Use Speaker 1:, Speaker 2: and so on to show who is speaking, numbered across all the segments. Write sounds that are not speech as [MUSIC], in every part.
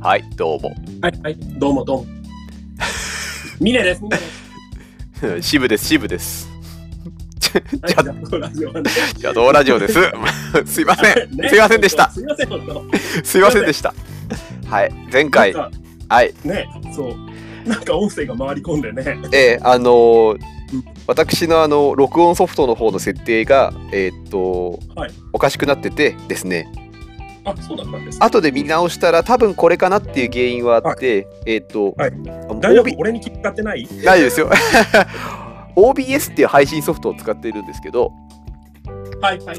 Speaker 1: はい、どうも。 [LAUGHS]
Speaker 2: はい、はい、どうもどうも。ミネです、ミネです。
Speaker 1: 支部です、支部
Speaker 2: [LAUGHS]
Speaker 1: です。ち
Speaker 2: は
Speaker 1: じ
Speaker 2: い、
Speaker 1: ゃ
Speaker 2: じゃあ、このラジオはね
Speaker 1: じゃどうラジオです。 [LAUGHS] すいません。
Speaker 2: ね
Speaker 1: すいませんでした
Speaker 2: すいません、本当。
Speaker 1: すいませんでした。はい、前回、
Speaker 2: なんか
Speaker 1: はい、
Speaker 2: ね、そう。なんか音声が回り込んでね。
Speaker 1: えーあのー私のあの録音ソフトの方の設定が、えーっと、
Speaker 2: はい
Speaker 1: おかしくなっててですね、
Speaker 2: あ、そうだったんです。
Speaker 1: 後で見直したら、多分これかなっていう原因はあって、えーっと、
Speaker 2: はい
Speaker 1: あの
Speaker 2: 大丈夫
Speaker 1: OB
Speaker 2: 俺に気使ってない
Speaker 1: 大丈夫ですよ。OBS っていう配信ソフトを使っているんですけど、
Speaker 2: はい、はい。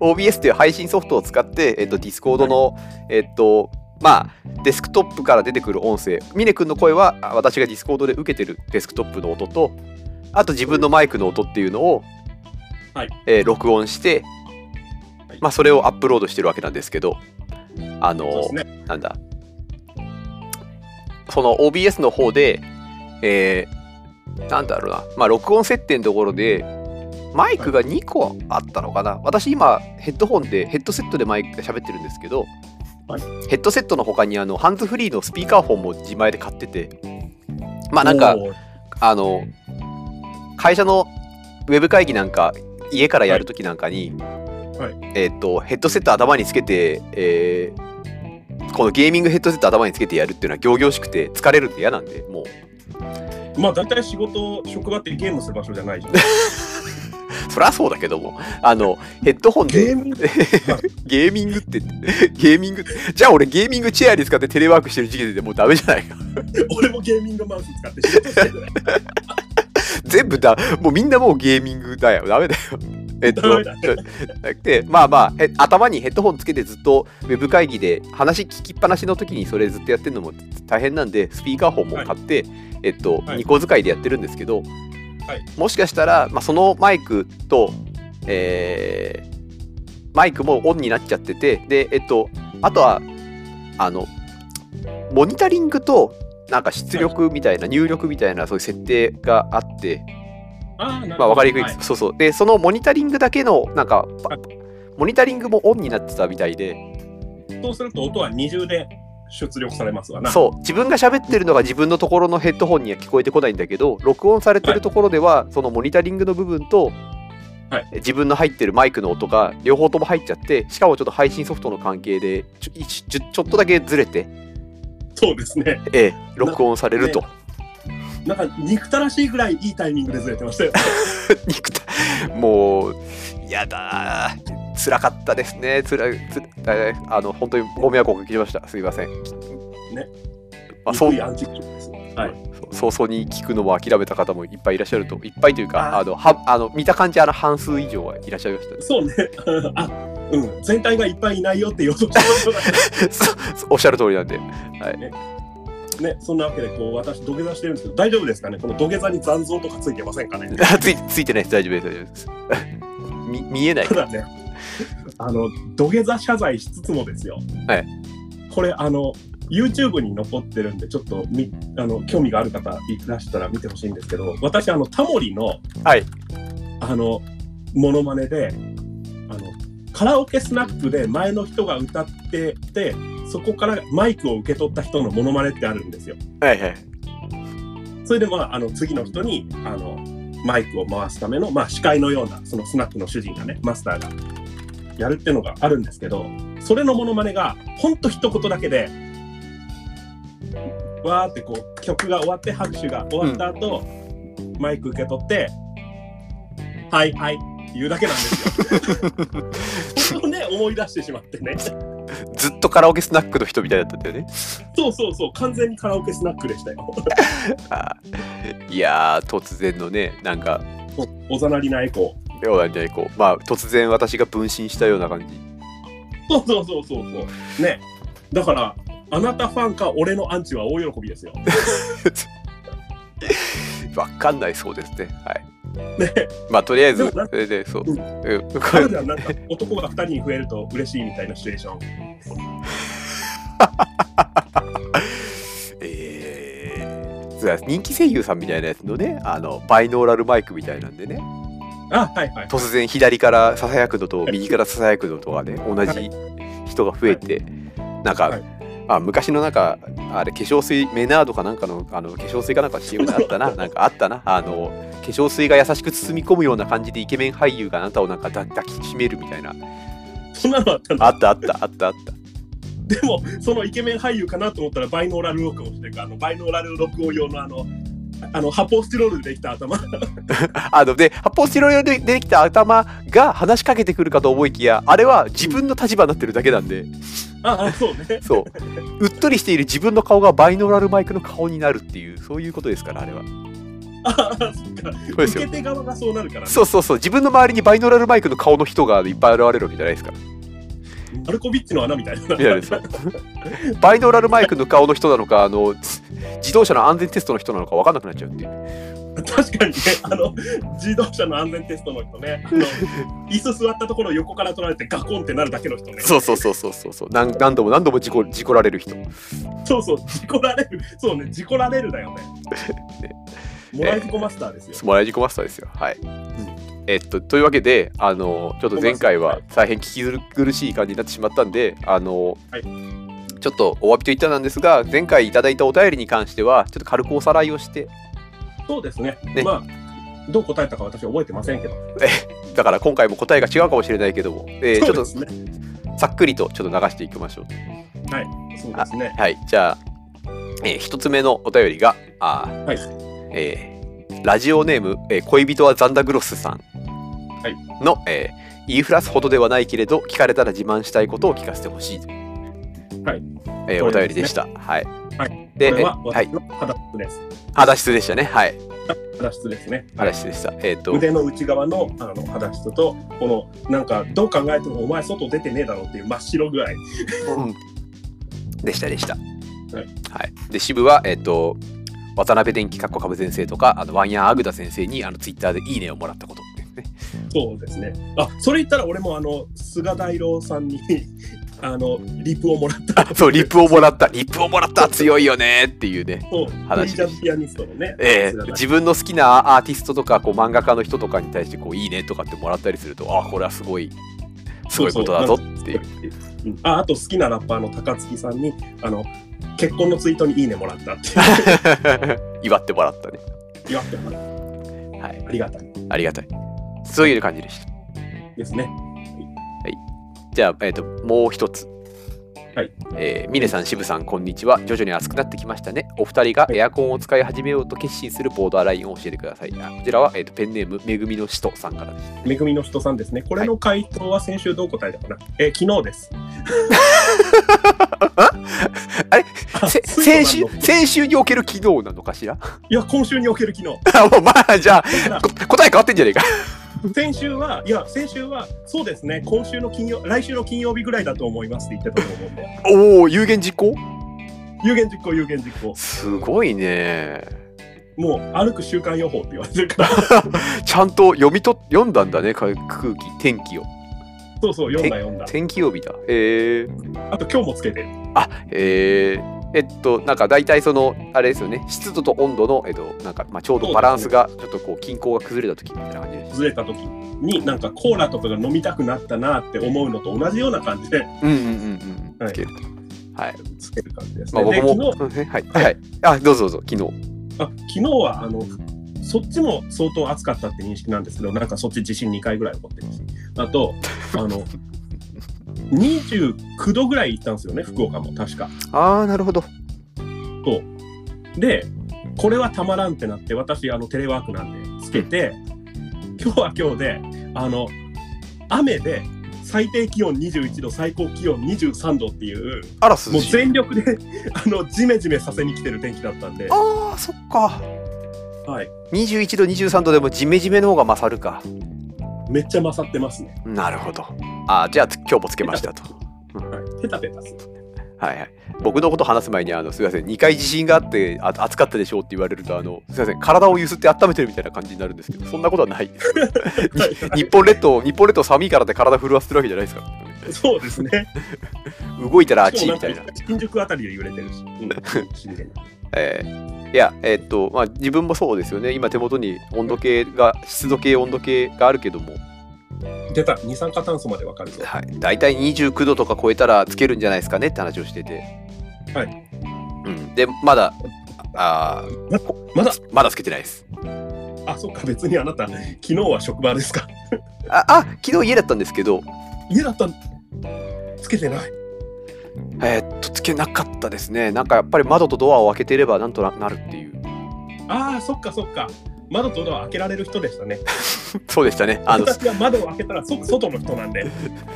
Speaker 1: お OBS という配信ソフトを使って、えっと、Discord の、えっと、まあ、デスクトップから出てくる音声、ミネ君の声はあ私が Discord で受けてるデスクトップの音と、あと自分のマイクの音っていうのを、
Speaker 2: はい
Speaker 1: えー録音して
Speaker 2: はい、
Speaker 1: まあ、それをアップロードしてるわけなんですけど、あの
Speaker 2: そうですね。
Speaker 1: なんだその OBS の方で、えーなんだろうな、まあ、録音設定のところでマイクが2個あったのかな私今ヘッドホンでヘッドセットでマイクで喋ってるんですけど、
Speaker 2: はい
Speaker 1: ヘッドセットの他にあのハンズフリーのスピーカーフォンも自前で買っててまあなんか
Speaker 2: おー
Speaker 1: あの会社のウェブ会議なんか家からやるときなんかに、
Speaker 2: はい
Speaker 1: えーっとヘッドセット頭につけて、えーこのゲーミングヘッドセット頭につけてやるっていうのは仰々しくて疲れるんで嫌なんでもう
Speaker 2: まあ、大体仕事、職場ってゲームする場所じゃないじ
Speaker 1: [LAUGHS]
Speaker 2: ゃん。
Speaker 1: そりゃそうだけどもあのヘッドホン
Speaker 2: ゲ
Speaker 1: で
Speaker 2: ーム
Speaker 1: ゲーミングってゲーミングじゃあ俺ゲーミングチェアに使ってテレワークしてる時点でもうダメじゃないか
Speaker 2: [LAUGHS] 俺もゲーミングマウス使って仕事してる。
Speaker 1: 全部だもうみんなもうゲーミングだよダメだよえっと
Speaker 2: [LAUGHS]
Speaker 1: [LAUGHS]
Speaker 2: ダメだ
Speaker 1: でまあまあへ頭にヘッドホンつけてずっとウェブ会議で話聞きっぱなしの時にそれずっとやってるのも大変なんでスピーカーフォンも買って、えっと、
Speaker 2: はい
Speaker 1: 2個使いでやってるんですけど、
Speaker 2: はい
Speaker 1: もしかしたら、まあ、そのマイクと、えーマイクもオンになっちゃっててでえっとあとはあのモニタリングとなんか出力みたいな、入力みたいなそういう設定があって、
Speaker 2: あーなるほ
Speaker 1: [LAUGHS]
Speaker 2: ど
Speaker 1: まあ、分かりにくいで
Speaker 2: は
Speaker 1: す、そうそうでそのモニタリングだけのなんかパ
Speaker 2: はい
Speaker 1: モニタリングもオンになってたみたいで
Speaker 2: そうすると音は二重で出力されますわな。
Speaker 1: そう自分が喋ってるのが自分のところのヘッドホンには聞こえてこないんだけど録音されてるところでは、そのモニタリングの部分と、
Speaker 2: はい
Speaker 1: 自分の入ってるマイクの音が両方とも入っちゃってしかもちょっと配信ソフトの関係でちょ一ちょちょっとだけずれて、
Speaker 2: そうですね。
Speaker 1: ええ録音されると、
Speaker 2: なんか憎たらしいぐらいいいタイミングでずれてましたよ。
Speaker 1: 肉体もうやだー辛かったですね辛いつらあの本当にご迷惑をおかけしましたすいません
Speaker 2: ね
Speaker 1: あそう
Speaker 2: 憎いアンチクションですよ。はい。
Speaker 1: そう早々に聞くのも諦めた方もいっぱいいらっしゃるといっぱいというか
Speaker 2: あー
Speaker 1: あのはあの見た感じあの半数以上はいらっしゃいましたね
Speaker 2: そうね。 [LAUGHS] あ、うん。全体がいっぱいいないよって予想してまし
Speaker 1: [LAUGHS] そうそうおっしゃる通りなんで [LAUGHS]
Speaker 2: た。ね。そんなわけでこう私土下座してるんですけど大丈夫ですかね。この土下座に残像とかついてませんかね。
Speaker 1: あついついてないです大丈夫です大丈夫です [LAUGHS] み見えない
Speaker 2: ただね、あの土下座謝罪しつつもですよ。
Speaker 1: はい。
Speaker 2: これあの YouTube に残ってるんでちょっとみあの興味がある方いらしたら見てほしいんですけど、私あのタモリの
Speaker 1: はい
Speaker 2: あのモノマネであのカラオケスナップで前の人が歌っててそこからマイクを受け取った人のモノマネってあるんですよ。
Speaker 1: はいはい
Speaker 2: それでまああの次の人にあのマイクを回すための、まあ、司会のようなそのスナックの主人がねマスターがやるっていうのがあるんですけどそれのモノマネがほんと一言だけでわーってこう曲が終わって拍手が終わった後、マイク受け取って「はいはい」言うだけなんですよ。それをね思い出してしまってね
Speaker 1: ずっとカラオケスナックの人みたいだったんだよね
Speaker 2: そうそうそう完全にカラオケスナックでしたよ。
Speaker 1: あーいやー突然のねなんか
Speaker 2: おざなりなエコー。
Speaker 1: ようなんじゃないこうまあ突然私が分身したような感じ
Speaker 2: そうそうそうそうそう。ね。だから、あなたファンか俺のアンチは大喜びですよ。
Speaker 1: わかんないそうですねはい
Speaker 2: ね。
Speaker 1: まあとりあえ
Speaker 2: で
Speaker 1: ず
Speaker 2: もな
Speaker 1: それでそう、
Speaker 2: うん
Speaker 1: うんこ
Speaker 2: 彼
Speaker 1: れ
Speaker 2: 女はなんか男が2人に増えると嬉しいみたいなシチュエーション。
Speaker 1: [LAUGHS] えーそうだ人気声優さんみたいなやつのねあのバイノーラルマイクみたいなんでね
Speaker 2: あ、はいはい。
Speaker 1: 突然左からささやくのと右からささやくのとがね同じ人が増えて、なんか、
Speaker 2: はい
Speaker 1: あ昔のなんかあれ化粧水メナードかなんかのあの化粧水かなんか CM であった
Speaker 2: [LAUGHS]
Speaker 1: ななんかあったなあの化粧水が優しく包み込むような感じでイケメン俳優があなたをなんか抱抱きしめるみたいな
Speaker 2: そんなのあったんだ
Speaker 1: あったあったあったあった
Speaker 2: でもそのイケメン俳優かなと思ったらバイノーラル録音してるからあのバイノーラル録音用のあのあの発泡スチロールでできた頭
Speaker 1: あので発泡スチロールで出てきた頭が話しかけてくるかと思いきやあれは自分の立場になってるだけなんで
Speaker 2: ああそうね
Speaker 1: そううっとりしている自分の顔がバイノーラルマイクの顔になるっていうそういうことですからあれは
Speaker 2: ああそっか
Speaker 1: そうです
Speaker 2: 受
Speaker 1: よ
Speaker 2: け手側がそうなるから、ね、
Speaker 1: そうそうそう自分の周りにバイノーラルマイクの顔の人がいっぱい現れるわけじゃないですから
Speaker 2: マルコビッチの穴みたいな
Speaker 1: みたいですよバイノーラルマイクの顔の人なのかあのつ自動車の安全テストの人なのか分かんなくなっちゃうっていう
Speaker 2: [LAUGHS] 確かにねあの自動車の安全テストの人ねあの椅子座ったところを横から取られてガコンってなるだけの人ね
Speaker 1: そうそうそうそうそうそう何何度も何度も事故事故られる人
Speaker 2: そうそう事故られるそうね事故られるだよね
Speaker 1: [LAUGHS]
Speaker 2: モライズコマスターですよ
Speaker 1: スモライジコマスターですよはい、えっとというわけであのちょっと前回は大変聞き苦しい感じになってしまったんであの、
Speaker 2: はい
Speaker 1: ちょっとお詫びと言ったなんですが前回いただいたお便りに関してはちょっと軽くおさらいをして
Speaker 2: そうですね
Speaker 1: ね
Speaker 2: まあどう答えたか私は覚えてませんけど
Speaker 1: だから今回も答えが違うかもしれないけども、えーちょっと
Speaker 2: そうですね
Speaker 1: さっくりとちょっと流していきましょう
Speaker 2: そうですね
Speaker 1: はい、じゃあ、えー一つ目のお便りが、あー
Speaker 2: はい
Speaker 1: えーラジオネーム、えー恋人はザンダグロスさん
Speaker 2: はい
Speaker 1: の、えー言いふらすほどではないけれど、聞かれたら自慢したいことを聞かせてほしいという、
Speaker 2: はい
Speaker 1: えーお便りでした。はい。
Speaker 2: は
Speaker 1: で、
Speaker 2: こ
Speaker 1: え
Speaker 2: れは
Speaker 1: は
Speaker 2: 私
Speaker 1: い、
Speaker 2: の肌質です、
Speaker 1: 肌質でしたね。はい。
Speaker 2: 肌質ですね
Speaker 1: 肌質でした。えっ、と、
Speaker 2: 腕の内側のあの肌質とこのなんかどう考えてもお前外出てねえだろうっていう真っ白ぐらい
Speaker 1: うんでしたでした。はい
Speaker 2: い、
Speaker 1: で渋はえっ、と渡辺電機かっこかぶ先生とかあのワンヤンアグダ先生にあのツイッターでいいねをもらったことですね。
Speaker 2: そうですね。あ、それ言ったら俺もあの菅大郎さんに [LAUGHS] あのリプをもらっ
Speaker 1: [LAUGHS]
Speaker 2: た。
Speaker 1: そうリップをもらったリップをもらった強いよねっていうね。
Speaker 2: そう。フリ
Speaker 1: 話
Speaker 2: ージャズピアニストのね。
Speaker 1: ええ
Speaker 2: 菅大
Speaker 1: 自分の好きなアーティストとかこう漫画家の人とかに対してこういいねとかってもらったりするとあこれはすごいすごいことだぞっていう [LAUGHS]
Speaker 2: うんあ、あと好きなラッパーの高槻さんにあの結婚のツイートにいいねもらっ
Speaker 1: [LAUGHS]
Speaker 2: たって
Speaker 1: 祝ってもらったね
Speaker 2: 言われてもらっ
Speaker 1: はい
Speaker 2: たありがたい
Speaker 1: ありがたいそういう感じでした
Speaker 2: ですね。
Speaker 1: じゃあ、えっともう一つ。
Speaker 2: はい。
Speaker 1: えー、ミネさん、渋さん、こんにちは。徐々に暑くなってきましたね。お二人がエアコンを使い始めようと決心するボーダーラインを教えてください。あこちらは、えっとペンネーム、めぐみの使徒さんからです。
Speaker 2: めぐみの人さんですね。これの回答は先週どう答えたかな。えー昨日
Speaker 1: [LAUGHS]
Speaker 2: です。
Speaker 1: あれ
Speaker 2: あ
Speaker 1: せ
Speaker 2: そうな
Speaker 1: 先
Speaker 2: の
Speaker 1: 週、先週における機能なのかしら [LAUGHS]
Speaker 2: いや今週における昨日。
Speaker 1: あもうまあ、じゃ
Speaker 2: だから
Speaker 1: あ、こ答え変わってんじゃねえか。 [LAUGHS]
Speaker 2: 先週はいや先週はそうですね。今週の金曜来週の金曜日ぐらいだと思いますって言ってたと思うんで。
Speaker 1: おお、有言実行
Speaker 2: 有言実行有言実行。
Speaker 1: すごいね。
Speaker 2: もう歩く週間予報って言われて
Speaker 1: [LAUGHS]
Speaker 2: るから、
Speaker 1: ちゃんと読みと読んだんだね、か空気、天気を。
Speaker 2: そうそう、読んだ読んだ。
Speaker 1: 天気曜日だ。へえー。
Speaker 2: あと今日もつけてる。
Speaker 1: あえーえっとなんか大体そのあれですよね湿度と温度の、えっと、なんかまあちょうどバランスがちょっとこう均衡が崩れた時みたいな感じです。
Speaker 2: ずれた時に、なんかコーラとかが飲みたくなったなって思うのと同じような感じで
Speaker 1: うんうんうんうん。
Speaker 2: はい
Speaker 1: つけると。はい。
Speaker 2: つける感じです
Speaker 1: まあ
Speaker 2: ね。で、
Speaker 1: 僕
Speaker 2: 昨
Speaker 1: も
Speaker 2: 日、
Speaker 1: うんはいはい。あどうぞどうぞ昨日。
Speaker 2: あ昨日は、あの、そっちも相当暑かったって認識なんですけど、なんかそっち地震2回ぐらい起こってるし、あと、あ
Speaker 1: [LAUGHS]
Speaker 2: の、29度ぐらい行ったんですよね、福岡も確か。
Speaker 1: ああなるほど。
Speaker 2: でこれはたまらんってなって私あのテレワークなんでつけて、今日は今日であの雨で最低気温21度最高気温23度っていう
Speaker 1: あら涼
Speaker 2: もう
Speaker 1: しい。
Speaker 2: 全力で [LAUGHS] あのジメジメさせに来てる天気だったんで、
Speaker 1: ああそっか。
Speaker 2: はい、
Speaker 1: 21度23度でもジメジメの方が勝るか。
Speaker 2: めっちゃ勝ってますね、
Speaker 1: なるほど。あーじゃあ今日もつけました [LAUGHS] と。
Speaker 2: はい、ペタペタする
Speaker 1: はいはい、僕のこと話す前にあのすいません2回地震があってあ暑かったでしょうって言われるとあのすいません体を揺すって温めてるみたいな感じになるんですけどそんなことは [LAUGHS] ないです日本列島日本列島寒いからって体震わせてるわけじゃないですから、 [LAUGHS]
Speaker 2: そうですね
Speaker 1: 動いたら
Speaker 2: し
Speaker 1: 熱
Speaker 2: か
Speaker 1: い
Speaker 2: も
Speaker 1: みたい
Speaker 2: な
Speaker 1: なん
Speaker 2: か、新宿あたりで揺れてるし、うん、震源
Speaker 1: えーいやえっとまあ自分もそうですよね今手元に温度計が湿度計温度計があるけども、
Speaker 2: 出た二酸化炭素までわかるぞ
Speaker 1: はい、大体29度とか超えたらつけるんじゃないですかねって話をしてて。
Speaker 2: はい
Speaker 1: うん、で、まだ、あー
Speaker 2: ままだ、
Speaker 1: まだつけてないです。
Speaker 2: あ、そっか、別にあなた、昨日は職場ですか。
Speaker 1: あ、あ昨日家だったんですけど、
Speaker 2: 家だったんつけてない。
Speaker 1: えーっと、つけなかったですね。なんかやっぱり窓とドアを開けていればなんとななるっていう。 [LAUGHS]
Speaker 2: ああ、そっかそっか。窓とドア開けられる人でしたね。
Speaker 1: そうでしたね。あの、
Speaker 2: 私は窓を開けたらそ外の人なんで、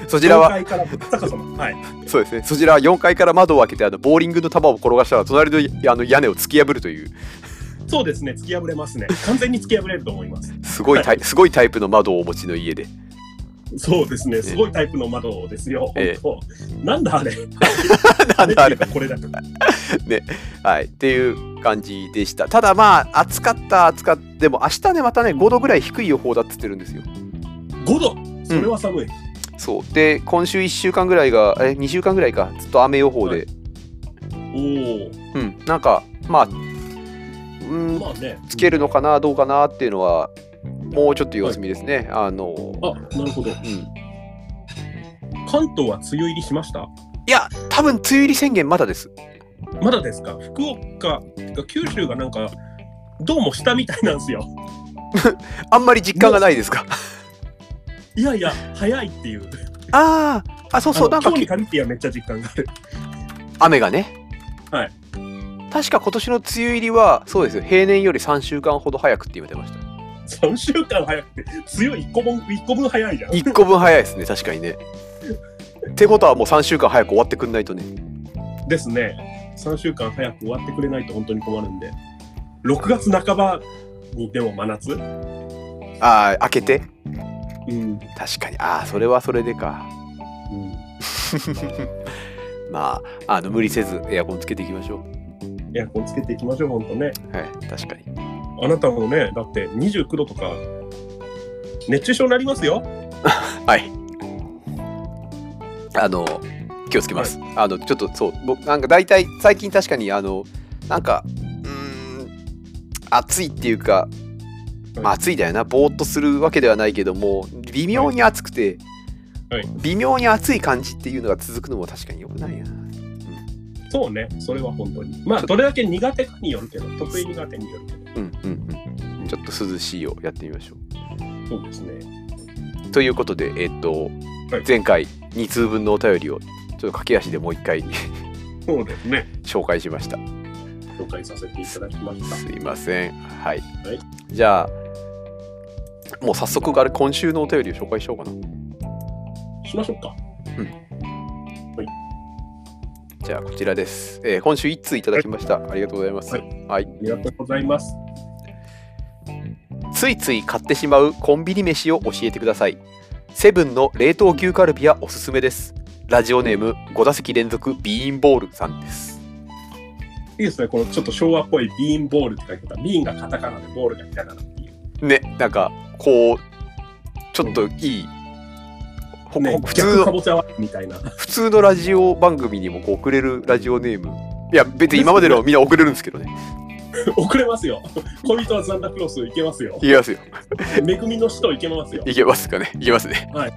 Speaker 1: そ
Speaker 2: こ
Speaker 1: ちらは、
Speaker 2: から高さの、はい。
Speaker 1: そうですね。そちらは4階から窓を開けて、あの、ボーリングの球を転がしたら、隣のあの屋根を突き破るという、
Speaker 2: そうですね、突き破れますね。完全に突き破れると思います。
Speaker 1: すごい
Speaker 2: [LAUGHS]
Speaker 1: タイ、すごいタイプの窓をお持ちの家で。 [LAUGHS]
Speaker 2: そうですね、すごいタイプの窓ですよ。
Speaker 1: ええ
Speaker 2: 本当なんだあれ。
Speaker 1: なんだあれ
Speaker 2: れ。これだと。
Speaker 1: はい、っていう感じでした。ただまあ、暑かった、暑かった。でも明日ね、またね、5度ぐらい低い予報だって言ってるんですよ。
Speaker 2: 5度それは寒い。
Speaker 1: そう。で、今週1週間ぐらいが、え、2週間ぐらいか、ずっと雨予報で、
Speaker 2: はお
Speaker 1: うん、なんか、まあ、うん
Speaker 2: お、、まあね。
Speaker 1: つけるのかな、どうかなっていうのは、もうちょっと様子見ですね。あの、
Speaker 2: あ、なるほど。
Speaker 1: うん。
Speaker 2: 関東は梅雨入りしました
Speaker 1: いや、多分梅雨入り宣言まだです。
Speaker 2: まだですか福岡、九州がなんか、どうも下みたいなんですよ。
Speaker 1: あんまり実感がないですか。
Speaker 2: いやいや、早いっていう。
Speaker 1: [LAUGHS] ああ、あ、そうそう、
Speaker 2: あの
Speaker 1: なんか
Speaker 2: 今日に限ってはめっちゃ実感がある。
Speaker 1: 雨がね。
Speaker 2: はい。
Speaker 1: 確か今年の梅雨入りは、そうですよ、平年より3週間ほど早くって言われてま
Speaker 2: [LAUGHS]
Speaker 1: した。
Speaker 2: 3週間早くて、梅雨1個分、一個分早いじゃん。
Speaker 1: 1個分早いですね、確かにね。ってことはもう3週間早く終わってくんないとね。
Speaker 2: ですね。3週間早く終わってくれないと本当に困るんで。6月半ばにでも真夏
Speaker 1: ああ、開けて。
Speaker 2: うん。
Speaker 1: 確かに。ああ、それはそれでか。まあ、あの無理せずエアコンつけていきましょ
Speaker 2: エアコンつけていきましょう、本当ね。
Speaker 1: う。はい、確かに。
Speaker 2: あなたもね、だって29度とか、熱中症になりますよ。
Speaker 1: はい。あの、気をつけます。あの、ちょっとそう、僕、なんか大体、最近確かに、あの、なんか、うーん、暑いっていうか、まあ暑いだよな、ぼーっとするわけではないけども、微妙に暑くて、
Speaker 2: はい
Speaker 1: 微妙に暑い感じっていうのが続くのも確かに良くないな。
Speaker 2: そうね、それは本当に。まあ、どれだけ苦手かによるけど、得意苦手によるけど。
Speaker 1: うんうんうん。ちょっと涼しいをやってみましょう。
Speaker 2: そうですね。
Speaker 1: ということで、えっと、
Speaker 2: はい
Speaker 1: 前回2通分のお便りを、ちょっと駆け足でもう一回 [LAUGHS]
Speaker 2: そうですね。
Speaker 1: 紹介しました。
Speaker 2: 紹介させていただきました。
Speaker 1: すいません。はい。
Speaker 2: はい
Speaker 1: じゃあ、もう早速、あれ、今週のお便りを紹介しようかな。
Speaker 2: しましょうか。
Speaker 1: じゃあ、こちらです。えー今週1通いただきました。ありがとうございます。
Speaker 2: は
Speaker 1: はい。
Speaker 2: ありがとうございます。
Speaker 1: ついつい買ってしまうコンビニ飯を教えてくださいセブンの冷凍牛カルビはおすすめですラジオネーム5打席連続ビーンボールさんです
Speaker 2: いいですね、このちょっと昭和っぽいビーンボールって書いてた。ビーンがカタカナでボールがひらがなっていう。
Speaker 1: ねなんかこうちょっといい、ほ
Speaker 2: ね
Speaker 1: ほ、普通
Speaker 2: 逆か
Speaker 1: の
Speaker 2: ぼちゃはみたいな。 [LAUGHS]
Speaker 1: 普通のラジオ番組にもこう送れるラジオネームいや別に今までのみんな送れるんですけどね
Speaker 2: 遅れますよ。恋人はサンタクロースいけますよ。
Speaker 1: いけますよ
Speaker 2: め組の使徒いけますよ。
Speaker 1: いけますかねいけますね
Speaker 2: はい。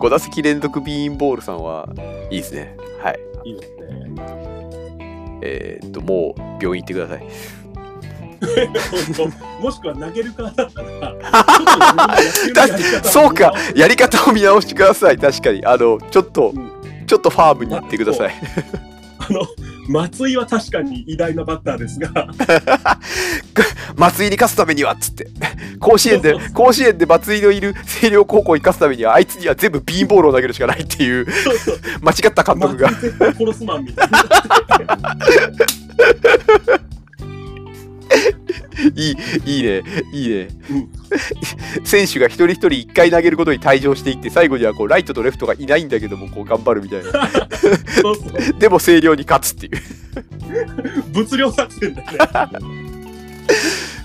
Speaker 1: 5打席連続ビーンボールさんはいいですねはい
Speaker 2: いいですね。 [LAUGHS]
Speaker 1: えー、っともう病院行ってください
Speaker 2: 本当もしくは投げる側だっ
Speaker 1: [LAUGHS]
Speaker 2: たら、ちょっと自分の野球のやり方を
Speaker 1: そうか、やり方を見直してください。確かに、あの、ちょっと、
Speaker 2: うん
Speaker 1: ちょっとファームに行ってください。
Speaker 2: あの、松井は確かに偉大なバッター
Speaker 1: [LAUGHS]
Speaker 2: ですが、
Speaker 1: 松井に勝つためにはっつって、甲子園で
Speaker 2: そうそう、
Speaker 1: 甲子園で松井のいる星稜高校に勝つためには、あいつには全部ビーンボールを投げるしかないっていう、
Speaker 2: そうそう
Speaker 1: 間違った監督
Speaker 2: 松井
Speaker 1: が。
Speaker 2: 絶対殺すマンみたいな。
Speaker 1: いい、いいね、いいね。
Speaker 2: うん
Speaker 1: 選手が一人一人一回投げることに退場していって、最後にはこうライトとレフトがいないんだけども、こう頑張るみたい
Speaker 2: [LAUGHS]
Speaker 1: な。
Speaker 2: そうそう。
Speaker 1: でも星稜に勝つっていう。
Speaker 2: 物量作戦だね。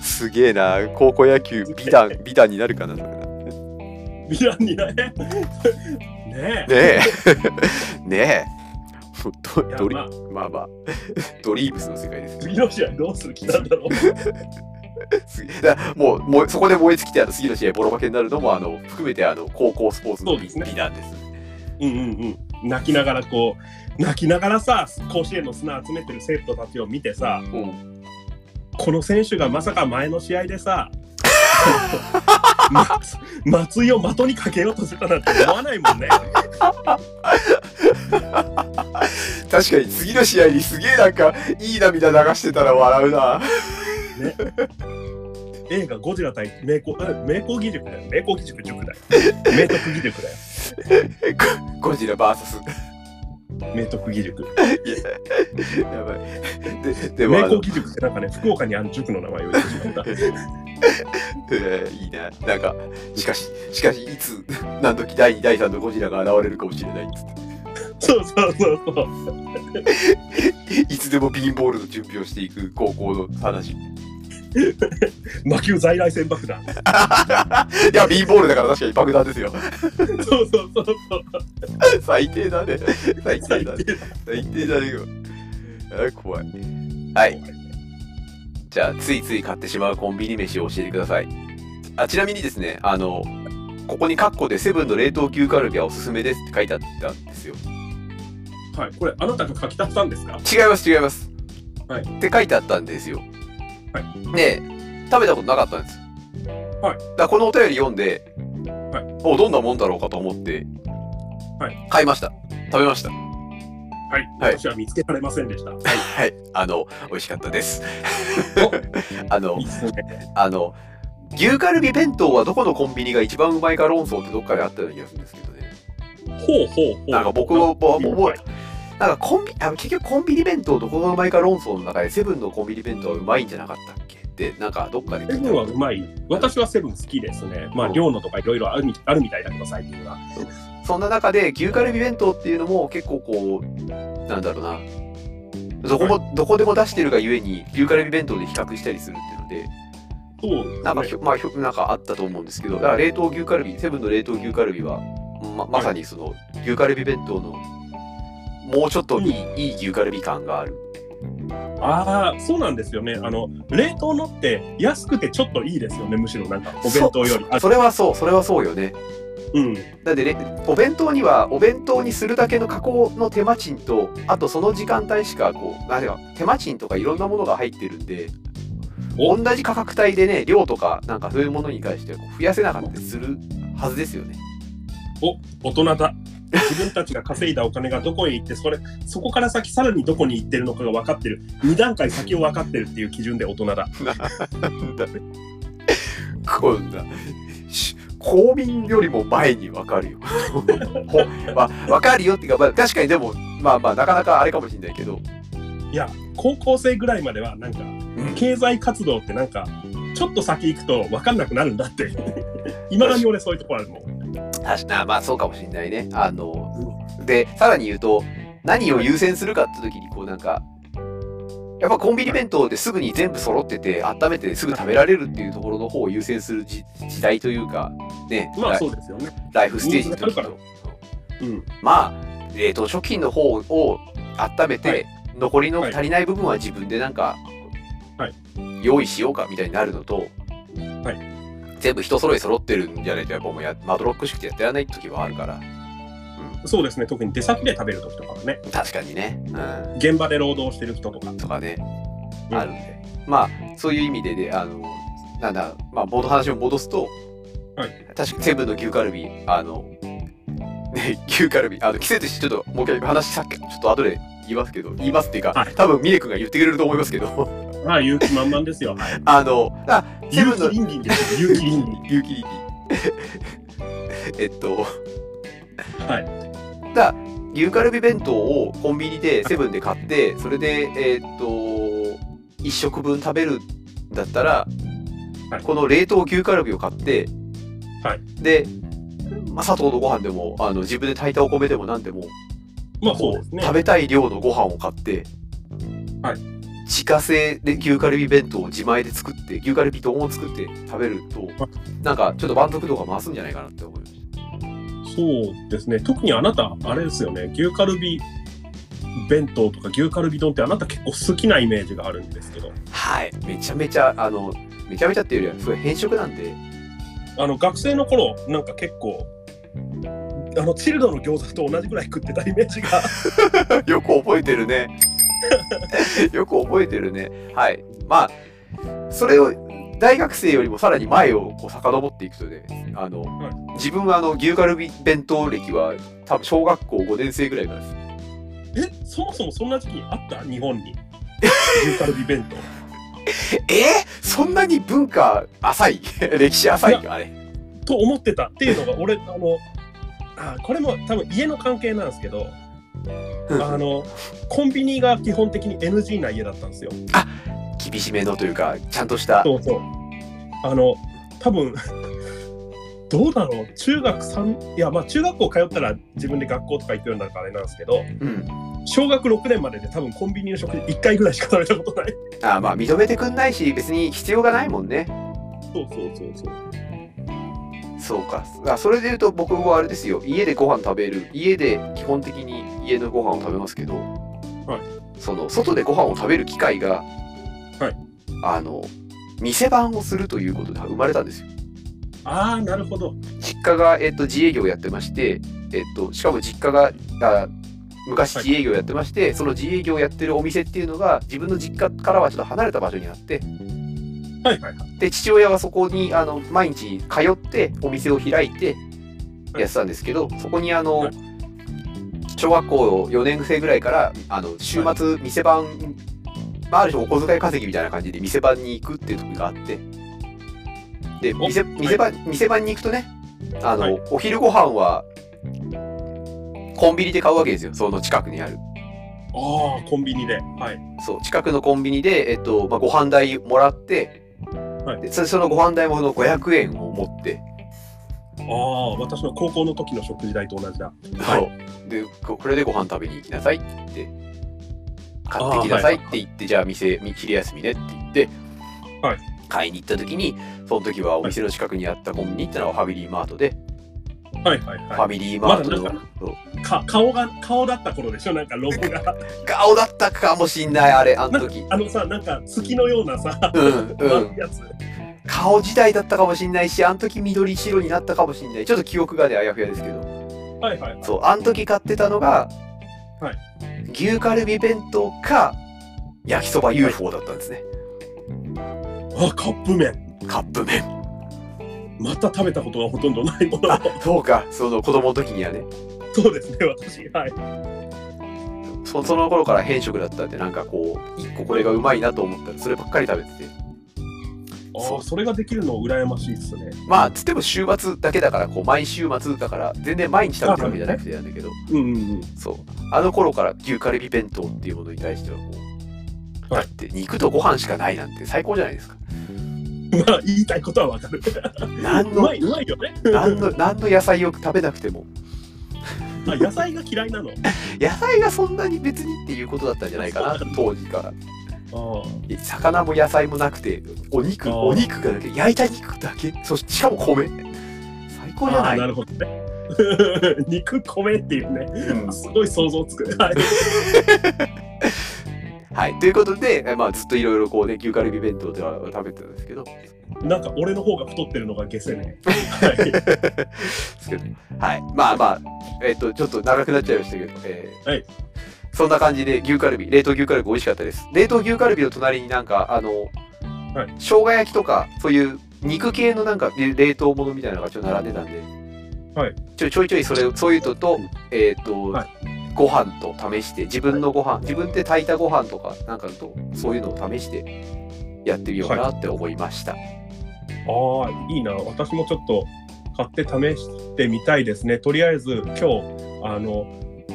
Speaker 1: すげえな、高校野球、美談、美談になるかな。それな
Speaker 2: ビランにね。ねえ。 [LAUGHS]
Speaker 1: ねえねえド
Speaker 2: いや
Speaker 1: ドリ
Speaker 2: まあ
Speaker 1: まあまあドリームスの世界ですよ
Speaker 2: 次の試合どうする気なんだろう。
Speaker 1: すだからもうもうそこで燃え尽きたら次の試合ボロ負けになるのもあの含めてあの高校スポーツの
Speaker 2: [LAUGHS] そうですね
Speaker 1: 美談です
Speaker 2: うんうんうん。泣きながらこう泣きながらさ甲子園の砂集めてる生徒たちを見てさ
Speaker 1: うん
Speaker 2: この選手がまさか前の試合でさ [LAUGHS] ま松井を的にかけようとしてたなんて思わないもんね。
Speaker 1: 確かに次の試合にすげえなんかいい涙流してたら笑うな
Speaker 2: 映画「ゴジラ対名工あ名工義塾」だよ名工義塾塾だよ名徳義塾だよ
Speaker 1: ゴジラ VS
Speaker 2: 名徳義塾
Speaker 1: やばいででも
Speaker 2: 名
Speaker 1: あ
Speaker 2: 工
Speaker 1: の、
Speaker 2: 義塾ってなんかね福岡にある塾の名前を言ってしまった
Speaker 1: えーいいななんかしかししかしいつ何時第2第3のゴジラが現れるかもしれないっつっ
Speaker 2: そうそうそうそう
Speaker 1: ていつでもピンボールの準備をしていく高校の話
Speaker 2: 魔球在来線爆弾
Speaker 1: いや、ビーボールだから確かに爆弾ですよ。
Speaker 2: そうそうそうそう
Speaker 1: 最低だね。最低
Speaker 2: 最
Speaker 1: だね。
Speaker 2: 低
Speaker 1: 最低だね。あ怖い。はい。じゃあ、ついつい買ってしまうコンビニ飯を教えてください。あちなみにですね、あの、ここにカッコでセブンの冷凍牛カルビはおすすめですって書いてあったんですよ。
Speaker 2: はいこれあなたが書き足したんですか
Speaker 1: 違います、違います。
Speaker 2: はい
Speaker 1: って書いてあったんですよ。
Speaker 2: は
Speaker 1: で、食べたことなかったんです。
Speaker 2: はい
Speaker 1: だからこのお便り読んで、
Speaker 2: はい
Speaker 1: おどんなもんだろうかと思って、
Speaker 2: はい
Speaker 1: 買いました。食べました。
Speaker 2: はい
Speaker 1: はい
Speaker 2: 私は見つけられませんでした、はい、
Speaker 1: はい、あの、美味しかったです。 [LAUGHS] あの
Speaker 2: いい、っすね
Speaker 1: あの、牛カルビ弁当はどこのコンビニが一番うまいか論争ってどっかであったような気がするんですけどね。
Speaker 2: ほうほうほう
Speaker 1: なんか僕も、もう、もうも
Speaker 2: は
Speaker 1: う
Speaker 2: い、
Speaker 1: なんかコンビ、あの結局コンビニ弁当どこがうまいか論争の中で、セブンのコンビニ弁当はうまいんじゃなかったっけって、なんかどっかで
Speaker 2: セ
Speaker 1: 聞い
Speaker 2: ブ
Speaker 1: た
Speaker 2: ンはうまい私はセブン好きですねまあ
Speaker 1: うん
Speaker 2: 量のとかいろいろあるみあるみたいだけど最近は
Speaker 1: そんな中で、牛カルビ弁当っていうのも結構こう、なんだろうな、どこも、どこでも出してるがゆえに、牛カルビ弁当で比較したりするっていうので、
Speaker 2: そうですね
Speaker 1: なんかひょ、まあ、ひょなんかあったと思うんですけど、だから冷凍牛カルビ、セブンの冷凍牛カルビは、ままさにその牛カルビ弁当の、もうちょっといい,、いい牛カルビ感がある。
Speaker 2: ああ、そうなんですよね。あの冷凍のって安くてちょっといいですよね。むしろなんかお弁当より。
Speaker 1: そ
Speaker 2: あ
Speaker 1: それはそう、それはそうよね。
Speaker 2: うん、
Speaker 1: だってね、お弁当には、お弁当にするだけの加工の手間賃と、あとその時間帯しか、こう、なんていうか、手間賃とかいろんなものが入ってるんで、
Speaker 2: お
Speaker 1: 同じ価格帯でね、量とか、なんかそういうものに関してはこう増やせなかったりするはずですよね。
Speaker 2: 大人だ。自分たちが稼いだお金がどこへ行って、それそこから先さらにどこに行ってるのかが分かってる。二段階先を分かってるっていう基準で大人だ。
Speaker 1: だね。こんな、し公民よりも前に分か
Speaker 2: [LAUGHS]
Speaker 1: るよ。ほまあ、分かるよっていうか、まあ、確かにでも、まあまあ、なかなかあれかもしれないけど、
Speaker 2: いや、高校生ぐらいまではなんか経済活動ってなんかちょっと先行くと分かんなくなるんだ [LAUGHS] って。いまだに俺そういうとこあるもん。
Speaker 1: 確かまあそうかもしれないね。あの、で、さらに言うと、何を優先するかって時に、こうなんか、やっぱコンビニ弁当ですぐに全部揃ってて、温めてすぐ食べられるっていうところの方を優先する時時代というか、ね、
Speaker 2: まあ
Speaker 1: ライ
Speaker 2: そうですよね。
Speaker 1: ライフステージの時
Speaker 2: ニーズがあ
Speaker 1: と。
Speaker 2: うん。
Speaker 1: まあ、冷凍食品の方を温めて、
Speaker 2: はい
Speaker 1: 残りの足りない部分は自分でなんか、
Speaker 2: はい
Speaker 1: 用意しようかみたいになるのと、
Speaker 2: は
Speaker 1: 全部人揃い揃ってるんじゃないとやっぱもうやまどろっこしくてやってられない時はあるから
Speaker 2: そうですね。特に出先で食べる時とかはね。
Speaker 1: 確かにね、う
Speaker 2: 現場で労働してる人とか。
Speaker 1: ん、とかね、
Speaker 2: うん
Speaker 1: あるんでまあそういう意味でねあのなんだまあ元話を戻すと、
Speaker 2: はい
Speaker 1: 確かセブンの牛カルビあのね、牛カルビ、あの、季節し、ちょっと、もう一回話さっき、ちょっと後で言いますけど、言いますっていうか、
Speaker 2: はい
Speaker 1: 多分ミネ君が言ってくれると思いますけど、 [LAUGHS]
Speaker 2: [LAUGHS] まあ勇気満々ですよ。 [LAUGHS] はい。
Speaker 1: あの、あ、セブ
Speaker 2: 勇
Speaker 1: ンの
Speaker 2: 気倫理です。勇気 [LAUGHS] 倫理。
Speaker 1: 有機リリえっと、。
Speaker 2: はい
Speaker 1: だ、牛カルビ弁当をコンビニで、セブンで買って、それで、えっと、一食分食べるんだったら、
Speaker 2: はい
Speaker 1: この冷凍牛カルビを買って、
Speaker 2: はい
Speaker 1: で、まあ、砂糖のご飯でもあの自分で炊いたお米でも何でも
Speaker 2: まあそう
Speaker 1: こ
Speaker 2: です
Speaker 1: う
Speaker 2: ね。
Speaker 1: 食べたい量のご飯を買って、
Speaker 2: はい
Speaker 1: 自家製で牛カルビ弁当を自前で作って牛カルビ丼を作って食べるとなんかちょっと満足度が増すんじゃないかなって思いまし
Speaker 2: そうですね。特にあなた、あれですよね。牛カルビ弁当とか牛カルビ丼ってあなた結構好きなイメージがあるんですけど、
Speaker 1: たはいめちゃめちゃあのめちゃめちゃって
Speaker 2: [LAUGHS]
Speaker 1: いうよりはすごい偏食なんで
Speaker 2: あの学生の頃なんか結構あのチルドの餃子と同じぐらい食ってたイメージが
Speaker 1: よく覚えてるね。 [LAUGHS] よく覚えてるね。はい。まあ、それを、大学生よりもさらに前をこう遡っていくとね、あの、
Speaker 2: は
Speaker 1: 自分はあの、牛カルビ弁当歴は、多分小学校5年生ぐらいからです。
Speaker 2: えそもそもそんな時期にあった日本に牛カルビ弁当
Speaker 1: えーそんなに文化浅い [LAUGHS] 歴史浅いあれ。
Speaker 2: [LAUGHS] と思ってたっていうのが俺あのあこれも多分家の関係なんですけどあのコンビニが基本的に NG な家だったんですよ。
Speaker 1: 厳しめのというか、ちゃんとした。
Speaker 2: そうそうあの多分 [LAUGHS] どうだろう中学3いやまあ中学校通ったら自分で学校とか行くようになるからあれなんですけど
Speaker 1: うん。
Speaker 2: 小学6年までで多分コンビニの食事1回ぐらいしか食べたことない
Speaker 1: あーまあ、認めてくんないし、別に必要がないもんね。
Speaker 2: そうそうそうそう
Speaker 1: そうか。あそれで言うと僕はあれですよ。家でご飯食べる。家で基本的に家のご飯を食べますけど、その外でご飯を食べる機会が、
Speaker 2: はい
Speaker 1: あの店番をするということで生まれたんですよ。
Speaker 2: ああなるほど
Speaker 1: 実家が、えっと、自営業をやってまして、えっと、しかも実家があ昔
Speaker 2: はい
Speaker 1: 自営業をやってまして、その自営業をやってるお店っていうのが自分の実家からはちょっと離れた場所にあって
Speaker 2: はいはいはい
Speaker 1: で父親はそこにあの毎日通ってお店を開いて
Speaker 2: はい
Speaker 1: やってたんですけど、そこにあ
Speaker 2: は
Speaker 1: の
Speaker 2: い
Speaker 1: 小学校4年生ぐらいからあの週末店番、まあ、ある種お小遣い稼ぎみたいな感じで店番に行くっていう時があってで
Speaker 2: お
Speaker 1: 店
Speaker 2: はい
Speaker 1: 店番店番に行くとねあの、
Speaker 2: はい
Speaker 1: お昼ご飯はコンビニで買うわけですよその近くにある。
Speaker 2: ああコンビニではい
Speaker 1: そう近くのコンビニで、えっとまあ、ご飯代もらって、
Speaker 2: はい
Speaker 1: でそそのご飯代もの500円を持って、
Speaker 2: ああ私の高校の時の食事代と同じだはい
Speaker 1: そうでここれでご飯食べに行きなさいって言って買ってきなさいって言って、じゃあ店み昼休みねって言って、
Speaker 2: はい
Speaker 1: 買いに行った時にその時はお店の近くにあったコンビニってのはファミリーマートで、
Speaker 2: はいはい
Speaker 1: ファ
Speaker 2: は
Speaker 1: ミリーマートの、
Speaker 2: まだなん
Speaker 1: そう
Speaker 2: いか顔が顔だった頃でしょなんかロゴが
Speaker 1: 顔だったかもしんないあれあの時
Speaker 2: あのさ、なんか月のようなさ、
Speaker 1: うんう
Speaker 2: 丸
Speaker 1: ん
Speaker 2: いやつ。
Speaker 1: 顔自体だったかもしんないしあの時緑白になったかもしんないちょっと記憶がねあやふやですけど
Speaker 2: はいはい。
Speaker 1: そう、あの時買ってたのが、
Speaker 2: は
Speaker 1: 牛カルビ弁当か、焼きそば UFO だったんですね。
Speaker 2: あ、カップ麺。
Speaker 1: カップ麺。
Speaker 2: また食べたことがほとんどないもの。
Speaker 1: そうか、その子供の時にはね。
Speaker 2: そうですね、私。はい。
Speaker 1: そその頃から変色だったんで、なんかこう、一個これがうまいなと思ったら、そればっかり食べてて。
Speaker 2: ああ、それができるの羨ましいですね。
Speaker 1: まあ、つっても週末だけだから、こう、毎週末だから、全然毎日食べてるわけじゃなくてなんだけど、
Speaker 2: うんうんうん。
Speaker 1: そう。あの頃から牛カルビ弁当っていうものに対しては、こう、だ
Speaker 2: はい
Speaker 1: って肉とご飯しかないなんて最高じゃないですか。
Speaker 2: まあ、言いたいことはわかる。
Speaker 1: 何
Speaker 2: う
Speaker 1: の
Speaker 2: まい、うまいよね。
Speaker 1: 何の、何の野菜を食べなくても、
Speaker 2: [LAUGHS] あ、野菜が嫌いなの。
Speaker 1: 野菜がそんなに別にっていうことだったんじゃないかな当時から
Speaker 2: あ
Speaker 1: え魚も野菜もなくてお肉
Speaker 2: あー
Speaker 1: お肉がだけ焼いた肉だけそししかも米最高じゃ
Speaker 2: あ
Speaker 1: な
Speaker 2: あ、
Speaker 1: い
Speaker 2: なるほどね。 [LAUGHS] 肉米っていうね、
Speaker 1: うん
Speaker 2: すごい想像つくね。はい。
Speaker 1: はいということで、えまあ、ずっといろいろこうね牛カルビ弁当では食べてたんですけど
Speaker 2: なんか俺の方が太ってるのが下世ね。はい。
Speaker 1: ですけどはいまあまあえっ、とちょっと長くなっちゃいましたけど、えー
Speaker 2: はい
Speaker 1: そんな感じで牛カルビ冷凍牛カルビ美味しかったです冷凍牛カルビの隣になんかあの、
Speaker 2: はい
Speaker 1: 生姜焼きとかそういう肉系のなんかえ冷凍ものみたいなのがちょっと並んでたんで、
Speaker 2: はい
Speaker 1: ちょちょいちょいそれそういうのと
Speaker 2: うん
Speaker 1: えっ、と、
Speaker 2: はい
Speaker 1: ご飯と試して自分のご飯、自分で炊いたご飯とかなんかとそういうのを試してやってみようかなって思いました、
Speaker 2: ああ、いいな。私もちょっと買って試してみたいですね。とりあえず今日、あの、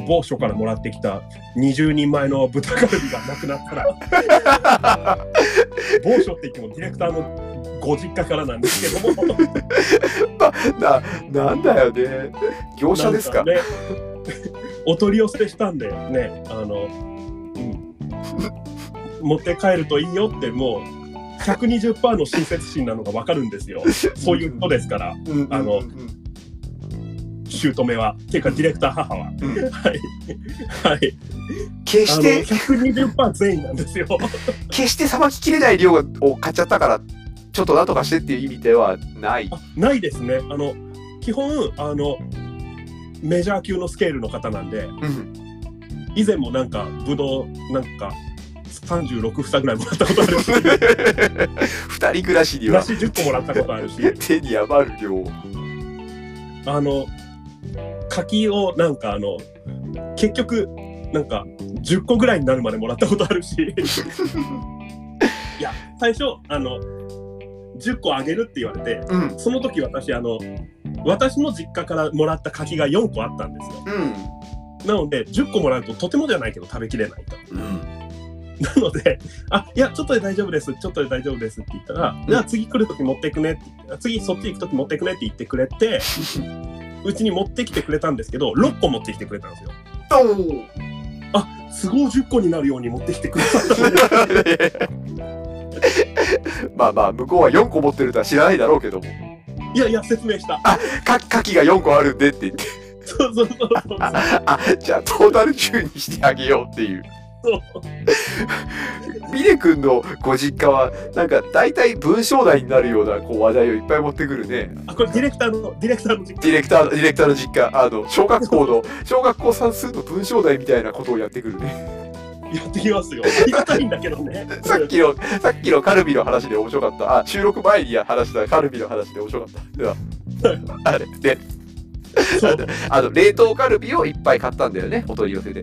Speaker 2: 某所からもらってきた20人前の豚カルビがなくなったら、某所って言ってもディレクターのご実家からなんですけども、
Speaker 1: [LAUGHS] ななんだよね業者ですか
Speaker 2: なんね、お取り寄せしたんでね、あの、うん、持って帰るといいよってもう120%の親切心なのがわかるんですよ。そういうことですから。
Speaker 1: うんうん
Speaker 2: あの
Speaker 1: うん
Speaker 2: 姑は、っていうかディレクター母は、
Speaker 1: うん
Speaker 2: はい、はい、
Speaker 1: 決
Speaker 2: あ
Speaker 1: し
Speaker 2: の
Speaker 1: て
Speaker 2: 120%全員なんですよ。
Speaker 1: 決してさばききれない量を買っちゃったからちょっとなんとかしてっていう意味ではない
Speaker 2: あないですね。あの基本あのメジャー級のスケールの方なんで
Speaker 1: うん、
Speaker 2: 以前もなんかブドウなんか36房ぐらいもらったことあるし
Speaker 1: 二人暮らしには
Speaker 2: 梨10個もらったことあるし
Speaker 1: 手に余る量
Speaker 2: あの柿をなんかあの結局なんか10個ぐらいになるまでもらったことあるしいや最初あの10個あげるって言われて
Speaker 1: うん
Speaker 2: その時私あの私の実家からもらった柿が4個あったんですよ
Speaker 1: うん
Speaker 2: なので10個もらうととてもじゃないけど食べきれないと
Speaker 1: うん
Speaker 2: なので「あいやちょっとで大丈夫ですちょっとで大丈夫です」って言ったら「じゃあ次来る時持ってくね」って言って次そっち行く時持ってくねって言ってくれてうちに持ってきてくれたんですけど6個持ってきてくれたんですよあ都合10個になるように持ってきてくれたので
Speaker 1: まあまあ向こうは4個持ってるとは知らないだろうけども
Speaker 2: [LAUGHS] いやいや説明した
Speaker 1: かカキが4個あるんでって言って
Speaker 2: そうそうそうそう
Speaker 1: あじゃあトータル10にしてあげようっていう
Speaker 2: そう
Speaker 1: ミレ君のご実家はなんか大体文章題になるようなこう話題をいっぱい持ってくるね
Speaker 2: あこれディレクターのディレクターの実
Speaker 1: ディレクターのディレクターの実家あの小学校の小学校算数の文章題みたいなことをやってくる
Speaker 2: [LAUGHS]
Speaker 1: ね
Speaker 2: 家やってきますよありがたいんだけどね
Speaker 1: さっきのさっきのカルビの話で面白かったあ収録前に話したカルビの話で面白かったで
Speaker 2: [LAUGHS]
Speaker 1: はあれで
Speaker 2: そう
Speaker 1: あの冷凍カルビをいっぱい買ったんだよねお取り寄せで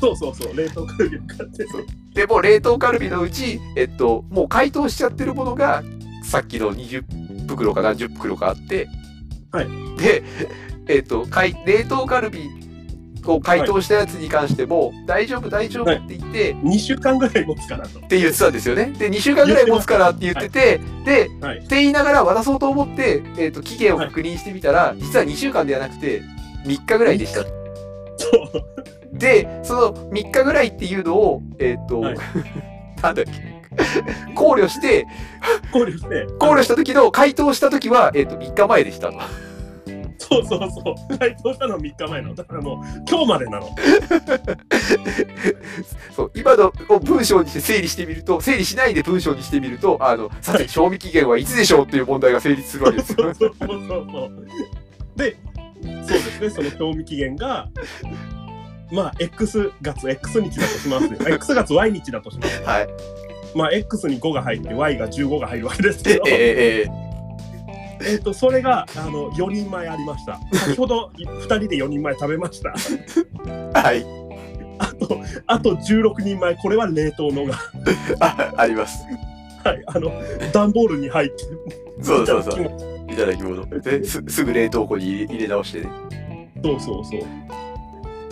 Speaker 2: そうそうそう冷凍カルビを買って
Speaker 1: そうでもう冷凍カルビのうち、えっと、もう解凍しちゃってるものがさっきの20袋か何十袋かあって、
Speaker 2: はい
Speaker 1: で、えっと、解冷凍カルビを解凍したやつに関しても、大丈夫大丈夫
Speaker 2: はい
Speaker 1: って言って、
Speaker 2: 2週間ぐらい持つからと
Speaker 1: って言ってたんですよね。で、2週間ぐらい持つからって言ってて、で、
Speaker 2: はい
Speaker 1: って言いながら渡そうと思って、えっと、期限を確認してみたら、実は2週間ではなくて、3日ぐらいでした。
Speaker 2: そう
Speaker 1: で、その3日ぐらいっていうのを、えっ、と、
Speaker 2: はい
Speaker 1: [LAUGHS] なんだっけ、考慮して、
Speaker 2: 考慮して
Speaker 1: 考慮した時の回答した時は、えっ、と、3日前でしたと。
Speaker 2: そうそうそう回答したのは3日前なのだからもう今日までなの
Speaker 1: そう、今のを文章にして整理してみると、整理しないで文章にしてみると、あの、さて、賞味期限はいつでしょうっていう問題が成立するわけです
Speaker 2: そう
Speaker 1: よ。
Speaker 2: そうそうそうでそうですねその賞味期限がまあ X 月 X 日だとしますよ X 月 Y 日だとします
Speaker 1: はい。
Speaker 2: まあ X に5が入って Y が15が入るわけですけ
Speaker 1: で
Speaker 2: ど、
Speaker 1: え
Speaker 2: え
Speaker 1: えええ
Speaker 2: っとそれがあの4人前ありました先ほど2人で4人前食べました
Speaker 1: はい。
Speaker 2: あとあと16人前これは冷凍のが
Speaker 1: あ、あります。
Speaker 2: はいあの段ボールに入って
Speaker 1: そうそうそう。いただき物。ですすぐ冷凍庫に入れ入れ直してね。
Speaker 2: そうそうそう。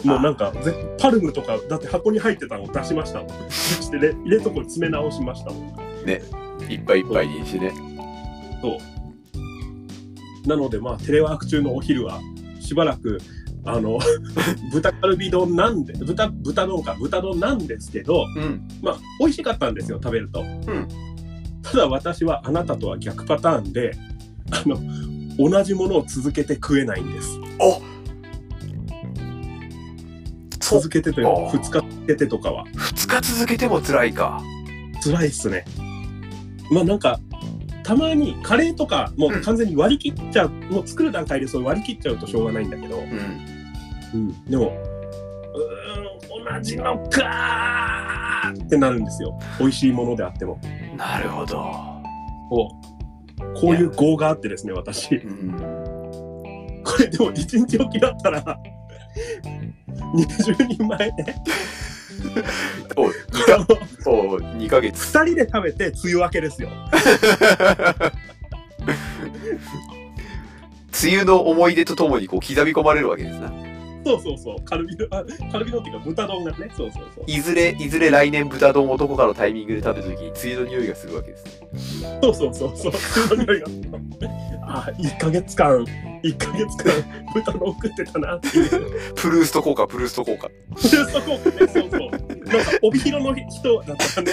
Speaker 2: もうなんかぜパルムとかだって箱に入ってたのを出しましたもん。出してれ入れとこに詰め直しましたもん。
Speaker 1: いっぱいいっぱいにしてね。
Speaker 2: なのでまあテレワーク中のお昼はしばらくあの [LAUGHS] 豚カルビ丼なんで豚豚丼か豚丼なんですけど、
Speaker 1: うん。
Speaker 2: まあ美味しかったんですよ食べると。
Speaker 1: ん
Speaker 2: ただ私はあなたとは逆パターンであの同じものを続けて食えないんです。
Speaker 1: そう
Speaker 2: 続けてという
Speaker 1: あ
Speaker 2: か
Speaker 1: ー
Speaker 2: 2日続けてとかは。
Speaker 1: 2日続けても辛いか。
Speaker 2: 辛いっすねまあなんかたまにカレーとかもう完全に割り切っちゃう、もう作る段階でそれ割り切っちゃうとしょうがないんだけど、
Speaker 1: うん。
Speaker 2: でもうーん同じのかーってなるんですよ美味しいものであっても
Speaker 1: なるほど。
Speaker 2: こうこういう業があってですね私
Speaker 1: うん。
Speaker 2: これでも一日おきだったら20人前ね
Speaker 1: おい、
Speaker 2: これも
Speaker 1: おい、2ヶ月。
Speaker 2: 2人で食べて梅雨明けですよ
Speaker 1: 梅雨の思い出とともにこう刻み込まれるわけですな。
Speaker 2: そうそうそうカルビのあカルビのっていうか豚丼がねそうそうそう
Speaker 1: いずれ、いずれ来年豚丼をどこかのタイミングで食べた時に梅雨の匂いがするわけですね。
Speaker 2: そうそうそうそう。その匂いがあ、一ヶ月間、一ヶ月間豚の送ってたなっていう。
Speaker 1: プルースト効果、プルースト効果。
Speaker 2: そこね、そうそう。なんか帯広の人だったね。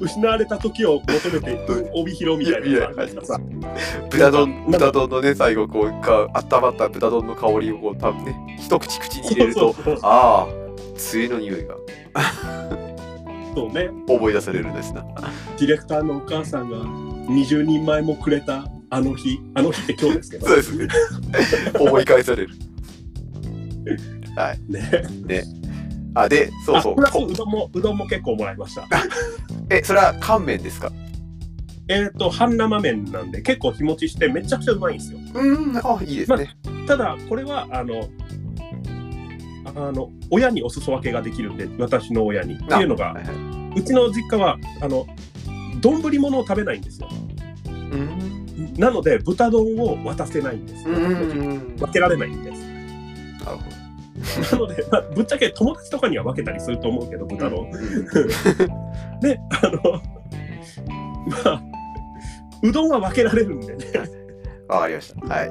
Speaker 2: 失われた時を求めて帯広みたいな感じがさ。
Speaker 1: 豚丼、豚丼のね、最後こう、か温まった豚丼の香りをこう、たぶんね、一口口に入れると、
Speaker 2: そうそうそう
Speaker 1: ああ、梅雨の匂いが
Speaker 2: そうね。
Speaker 1: 思い出されるんですな。
Speaker 2: ディレクターのお母さんが20人前もくれたあの日、あの日って今日ですけど
Speaker 1: そう、です
Speaker 2: [LAUGHS]
Speaker 1: ね。思い返される。
Speaker 2: ね。
Speaker 1: あ、で、そうそ
Speaker 2: あプ
Speaker 1: う。
Speaker 2: ラス
Speaker 1: こ
Speaker 2: うどんも、うどんも結構もらいました。
Speaker 1: え、それは乾麺ですか
Speaker 2: えっと、半生麺なんで、結構日持ちして、めちゃくちゃうまいんですよ。
Speaker 1: うん、あ、いいですね。
Speaker 2: ただ、これは、あの、あの親にお裾分けができるんで、私の親に。っていうのが
Speaker 1: は、いはいう
Speaker 2: ちの実家は、あの、丼物を食べないんですよ。
Speaker 1: うん。
Speaker 2: なので、豚丼を渡せないんです。
Speaker 1: うんうん。な
Speaker 2: 分けられないんです。
Speaker 1: るほ
Speaker 2: なので、まあぶっちゃけ友達とかには分けたりすると思うけ
Speaker 1: ど。
Speaker 2: ど、豚丼。
Speaker 1: うん
Speaker 2: で、あの、まあ、うどんは分けられるんでね。
Speaker 1: わかりました。は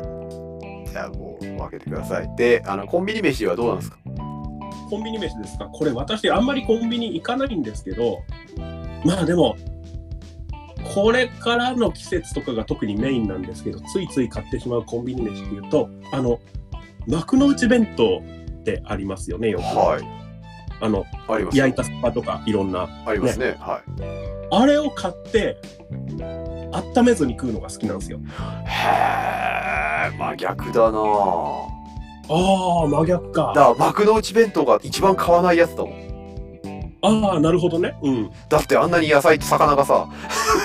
Speaker 1: い。じゃあもう分けてください。で、あのコンビニ飯はどうなんですか。
Speaker 2: コンビニ飯ですかこれ私あんまりコンビニ行かないんですけどまあでもこれからの季節とかが特にメインなんですけどついつい買ってしまうコンビニ飯っていうとあの幕の内弁当ってありますよねよく、
Speaker 1: はい。
Speaker 2: あの
Speaker 1: あります。
Speaker 2: 焼いたサバとかいろんな
Speaker 1: ありますね。はい。
Speaker 2: あれを買って温めずに食うのが好きなんですよ
Speaker 1: へえ、まあ逆だなぁ。
Speaker 2: ああ真逆
Speaker 1: だか
Speaker 2: か
Speaker 1: ら幕の内弁当が一番買わないやつだもん。
Speaker 2: ああなるほどねうん
Speaker 1: だってあんなに野菜と魚がさ、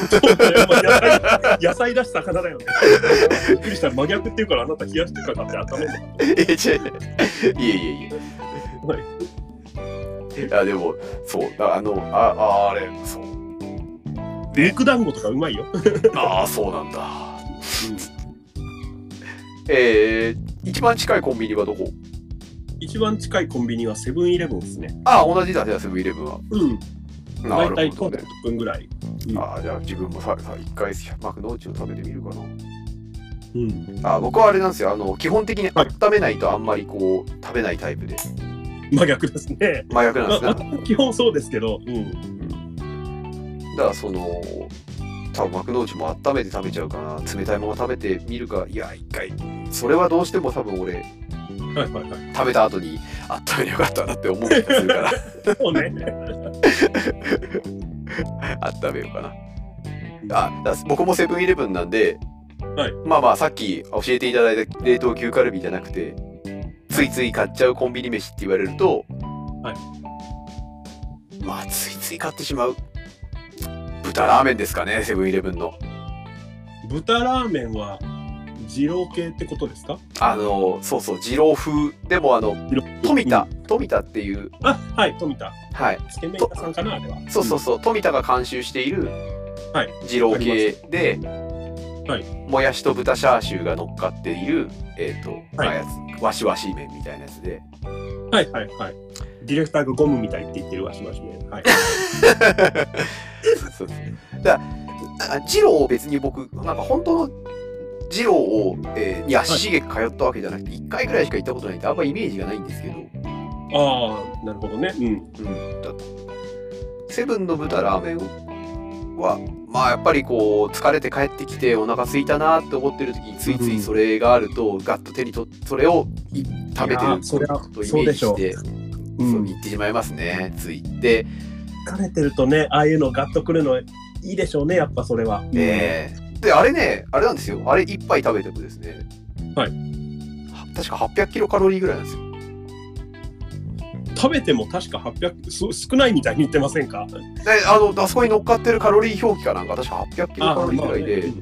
Speaker 2: そうだよまあ野菜野菜だし魚だよねびっくりした真逆っていうからあなた冷やし中華って温めるの
Speaker 1: ええちいえいえい
Speaker 2: はい
Speaker 1: え。いやでもそうだあのああれそう
Speaker 2: 肉団子とかうまいよ。
Speaker 1: ああそうなんだ。えー、一番近いコンビニはどこ？
Speaker 2: 一番近いコンビニはセブンイレブンですね。
Speaker 1: ああ同じだじゃあセブンイレブンは。
Speaker 2: うん。
Speaker 1: な
Speaker 2: 大
Speaker 1: る
Speaker 2: 体
Speaker 1: ほど
Speaker 2: 10
Speaker 1: ね。
Speaker 2: 分ぐらい。
Speaker 1: ああじゃあ自分もささ一回幕の内を食べてみるかな。
Speaker 2: うん。
Speaker 1: あ僕はあれなんですよあの基本的に
Speaker 2: はい
Speaker 1: 温めないとあんまりこう食べないタイプで
Speaker 2: 真逆ですね。
Speaker 1: 真逆なん
Speaker 2: ま
Speaker 1: で
Speaker 2: あ
Speaker 1: すね、
Speaker 2: 私も基本そうですけど、うん。
Speaker 1: だからその多分幕の内も温めて食べちゃうかな冷たいまま食べてみるかいや一回それはどうしても多分俺
Speaker 2: はいはいはい。
Speaker 1: 食べた後に温めりゃよかったなって思う気がするから
Speaker 2: [LAUGHS] そうね。
Speaker 1: 温めようかなあだから僕もセブンイレブンなんで、
Speaker 2: はい
Speaker 1: まあまあさっき教えていただいた冷凍牛カルビじゃなくてついつい買っちゃうコンビニ飯って言われると、
Speaker 2: はい
Speaker 1: まあついつい買ってしまう豚ラーメンですかねセブンイレブンの
Speaker 2: 豚ラーメンは二郎系ってことですか
Speaker 1: あのそうそう二郎風でもあの
Speaker 2: 二郎
Speaker 1: 富田、富田っていう
Speaker 2: あ、はい、富田。
Speaker 1: はい
Speaker 2: つけ麺屋さんかなあれは。
Speaker 1: そうそうそう、富田が監修している
Speaker 2: はい
Speaker 1: 二郎系で、
Speaker 2: はい
Speaker 1: もやしと豚チャーシューが乗っかっている、えっと
Speaker 2: はい
Speaker 1: あやつわしわし麺みたいなやつ
Speaker 2: [LAUGHS]
Speaker 1: で
Speaker 2: うん。はいはいはい。ディレクターがゴムみたいって言ってるわしまし麺。はい。
Speaker 1: そうそうだからあ二郎を別に僕なんか本当の二郎を、えーに足しげく通ったわけじゃなくて、一1回ぐらいしか行ったことないんであんまイメージがないんですけど、
Speaker 2: ああ、なるほどね。うん。
Speaker 1: うん、だセブンの豚ラーメンはまあやっぱりこう疲れて帰ってきてお腹空いたなって思ってる時についついそれがあるとガッと手に取ってそれをい食べて
Speaker 2: いや
Speaker 1: る
Speaker 2: ーそりゃ
Speaker 1: とイ
Speaker 2: そ
Speaker 1: メ
Speaker 2: う
Speaker 1: ー
Speaker 2: で
Speaker 1: ジ
Speaker 2: しょ
Speaker 1: し
Speaker 2: う
Speaker 1: てそう言ってしまいますねついて、
Speaker 2: 疲れてるとね、ああいうのガッとくるのいいでしょうね、やっぱそれは。
Speaker 1: えーであれねあれなんですよあれ一杯食べてもですね
Speaker 2: はい
Speaker 1: は確か800キロカロリーぐらいなんですよ
Speaker 2: 食べても確か800す少ないみたいに言ってませんか
Speaker 1: であのあそこに乗っかってるカロリー表記かなんか確か800キロカロリーぐらいで、
Speaker 2: まあね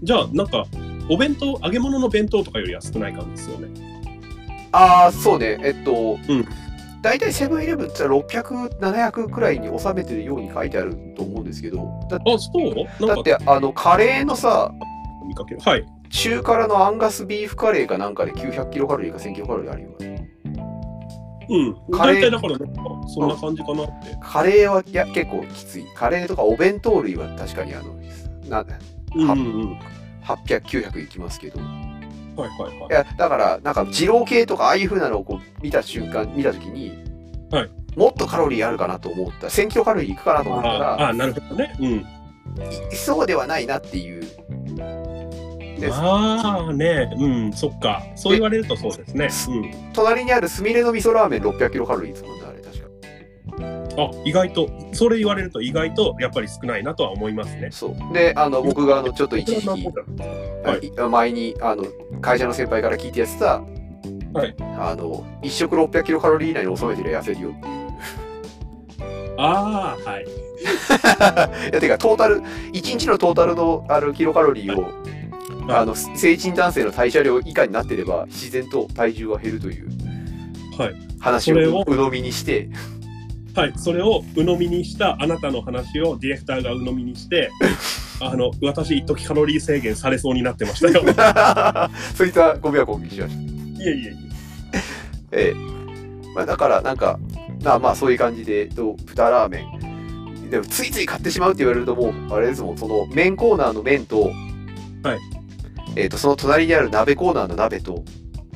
Speaker 2: うんじゃあなんかお弁当揚げ物の弁当とかよりは少ない感じですよね
Speaker 1: ああそうねえっと、
Speaker 2: うん
Speaker 1: 大体セブンイレブンって600700くらいに収めてるように書いてあると思うんですけどだ
Speaker 2: あそうな
Speaker 1: だ
Speaker 2: ん
Speaker 1: っ
Speaker 2: か
Speaker 1: てあのカレーのさ
Speaker 2: 見かけるはい
Speaker 1: 中辛のアンガスビーフカレーかなんかで900キロカロリーか1000キロカロリーあるよ
Speaker 2: うん
Speaker 1: カレ
Speaker 2: 大
Speaker 1: ー
Speaker 2: 体だからなんかそんな感じかなって
Speaker 1: カレーはいや結構きついカレーとかお弁当類は確かにあのな
Speaker 2: うん
Speaker 1: ん
Speaker 2: うんうんは
Speaker 1: 800900いきますけどい
Speaker 2: いはいはい
Speaker 1: やだからなんか二郎系とかああいう風なのをこう見た瞬間見た時に、
Speaker 2: はい
Speaker 1: もっとカロリーあるかなと思った1000キロカロリーいくかなと思ったら
Speaker 2: ああなるほどねうん
Speaker 1: いそうではないなっていう。で
Speaker 2: まあねうんそっかそう言われるとそうですねうん
Speaker 1: 隣にあるスミレの味噌ラーメン600キロカロリーですもんね、あれ確か。
Speaker 2: あ意外とそれ言われると意外とやっぱり少ないなとは思いますね。
Speaker 1: そうであの僕があのちょっと一時
Speaker 2: は
Speaker 1: 期
Speaker 2: い
Speaker 1: はい前にあの会社の先輩から聞いてやってた、
Speaker 2: はい
Speaker 1: あの1食6 0 0キロカロリー以内に収めてりゃ痩せるよっていう
Speaker 2: ああはい
Speaker 1: いやてかトータル1日のトータルのあのキロカロリーを、
Speaker 2: はい
Speaker 1: あの成人男性の代謝量以下になってれば自然と体重は減るという
Speaker 2: はい
Speaker 1: 話
Speaker 2: それ
Speaker 1: を
Speaker 2: を
Speaker 1: 鵜呑みにして [LAUGHS]
Speaker 2: はいそれを鵜呑みにしたあなたの話をディレクターが鵜呑みにして
Speaker 1: [LAUGHS]
Speaker 2: あの私一時カロリー制限されそうになってましたよ。
Speaker 1: [LAUGHS] そういったご迷惑をお聞きしました。
Speaker 2: いえいえい
Speaker 1: ええまあ、だからなんかまあまあそういう感じで、えっと、豚ラーメンでもついつい買ってしまうって言われるともうあれですもんその麺コーナーの麺と,、
Speaker 2: はい
Speaker 1: えっとその隣にある鍋コーナーの鍋と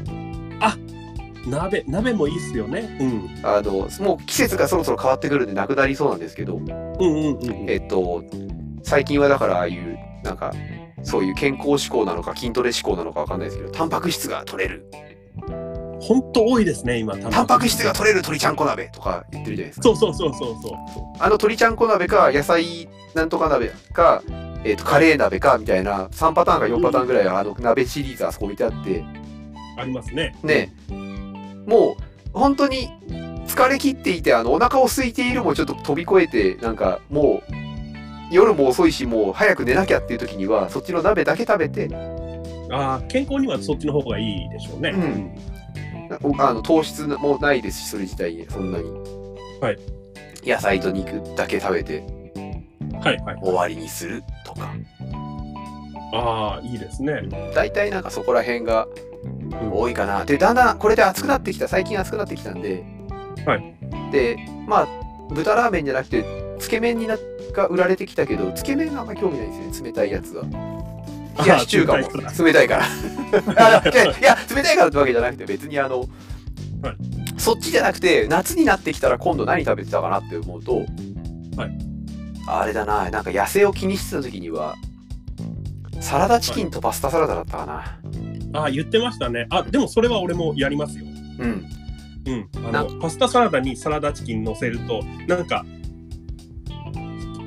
Speaker 2: え鍋鍋もいいっすよね。うん
Speaker 1: あのもう季節がそろそろ変わってくるんでなくなりそうなんですけど、
Speaker 2: うんうんうんうん。
Speaker 1: えっと最近はだからああいうなんかそういう健康志向なのか筋トレ志向なのかわかんないですけどタンパク質が取れる
Speaker 2: 本当多いですね今
Speaker 1: タンパク質が取れる鶏ちゃんこ鍋とか言ってるじゃないですか
Speaker 2: そうそうそうそうそう。
Speaker 1: あの鶏ちゃんこ鍋か野菜なんとか鍋か、えー、とカレー鍋かみたいな3パターンか4パターンぐらいあの鍋シリーズあそこ置いてあって
Speaker 2: ありますね。
Speaker 1: ねもう本当に疲れ切っていてあのお腹を空いているもちょっと飛び越えてなんかもう夜も遅いしもう早く寝なきゃっていう時にはそっちの鍋だけ食べて
Speaker 2: ああ健康にはそっちの方がいいでしょうね。
Speaker 1: うんなおあの糖質もないですしそれ自体そんなに、
Speaker 2: はい
Speaker 1: 野菜と肉だけ食べて
Speaker 2: はいはい。
Speaker 1: 終わりにするとか
Speaker 2: ああいいですね。
Speaker 1: 大体なんかそこら辺が
Speaker 2: ん
Speaker 1: 多いかな、でだんだんこれで暑くなってきた最近暑くなってきたんで、
Speaker 2: は
Speaker 1: でまあ豚ラーメンじゃなくてつけ麺になが売られてきたけどつけ麺があんま興味ないですね冷たいやつは冷やし中華も
Speaker 2: あー冷た
Speaker 1: 冷た
Speaker 2: い
Speaker 1: いから
Speaker 2: [LAUGHS]
Speaker 1: あいやいや冷たいからってわけじゃなくて別にあの、
Speaker 2: はい
Speaker 1: そっちじゃなくて夏になってきたら今度何食べてたかなって思うと、
Speaker 2: はい
Speaker 1: あれだななんか野生を気にしてた時にはサラダチキンとパスタサラダだったかな、
Speaker 2: ああ言ってましたね。あでもそれは俺もやりますよ。
Speaker 1: うん
Speaker 2: うん。あ
Speaker 1: な
Speaker 2: のパスタサラダにサラダチキン乗せるとなんか。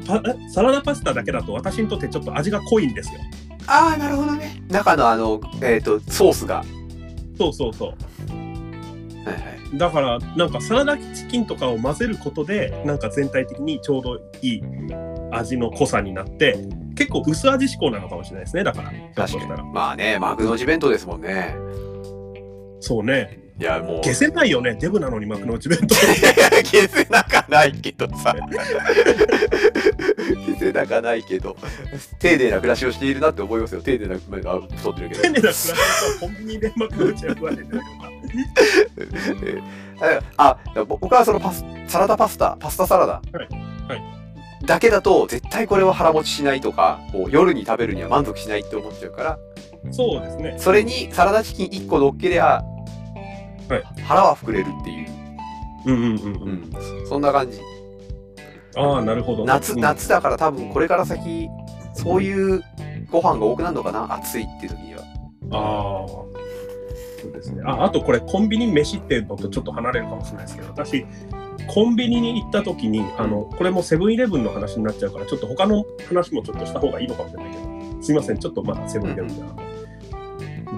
Speaker 2: パえサラダパスタだけだと私にとってちょっと味が濃いんですよ。
Speaker 1: ああなるほどね中のあのえっ、とソースが、は
Speaker 2: そうそう
Speaker 1: い
Speaker 2: そ
Speaker 1: はい、
Speaker 2: う。だからなんかサラダチキンとかを混ぜることでなんか全体的にちょうどいい味の濃さになって結構薄味志向なのかもしれないですねだから。
Speaker 1: 確
Speaker 2: ひょっとし
Speaker 1: か
Speaker 2: た
Speaker 1: らにまあねマクドジ弁当ですもんね
Speaker 2: そうね。
Speaker 1: いやもう
Speaker 2: 消せないよねデブなのに幕の内弁当。
Speaker 1: [LAUGHS]
Speaker 2: [LAUGHS]
Speaker 1: 消せなかないけどさ [LAUGHS] 消せなかないけど丁寧な暮らしをしているなって思いますよ丁寧なあ太ってるけど
Speaker 2: 丁寧な暮らしはコンビニで幕の内は食われてるよ
Speaker 1: あ僕はそのパスサラダパスタパスタサラダ、
Speaker 2: いは
Speaker 1: だけだと絶対これは腹持ちしないとかこう夜に食べるには満足しないって思っちゃうから
Speaker 2: な。そうですね。
Speaker 1: それにサラダチキン1個乗っけりゃ、
Speaker 2: は
Speaker 1: 腹は膨れるっていう、
Speaker 2: うんうんうんうん。
Speaker 1: そそんな感じ
Speaker 2: ああ、なるほど。
Speaker 1: 夏
Speaker 2: うん
Speaker 1: 夏だから多分これから先そういうご飯が多くなるのかな暑いっていう時には
Speaker 2: ああ。そうですね。あ、あとこれコンビニ飯っていうのとちょっと離れるかもしれないですけど、私。コンビニに行った時に、あの、これもセブンイレブンの話になっちゃうから、ちょっと他の話もちょっとした方がいいのかもしれないけど。すいません、ちょっとまあセブンイレブンだな。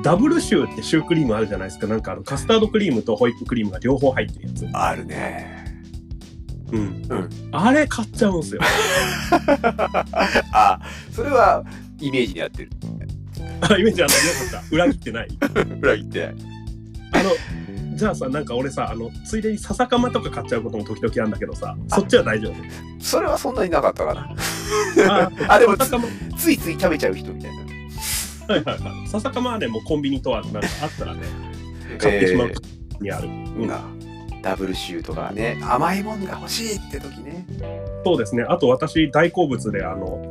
Speaker 2: ダブルシューってシュークリームあるじゃないですか。なんかあのカスタードクリームとホイップクリームが両方入ってるやつ。
Speaker 1: あるね [LAUGHS]
Speaker 2: うん。
Speaker 1: うん
Speaker 2: あれ買っちゃうんですよ。 [LAUGHS]
Speaker 1: あそれはイメージに合ってる
Speaker 2: あ、イメージはなかった。裏切ってない。
Speaker 1: 裏切って
Speaker 2: あの、じゃあさ、なんか俺さ、あの、ついでに笹かまとか買っちゃうことも時々あるんだけどさ、そっちは大丈夫。
Speaker 1: それはそんなになかったかな
Speaker 2: あ
Speaker 1: [LAUGHS] あでも
Speaker 2: 笹かま、
Speaker 1: ついつい食べちゃう人みたいな
Speaker 2: はいはいはい。笹かまはね、もうコンビニとはなんかあったらね、買ってしまうにある。
Speaker 1: えーなダブルシューとかね甘いもんが欲しいって時ね
Speaker 2: そうですね。あと私、大好物で、あの、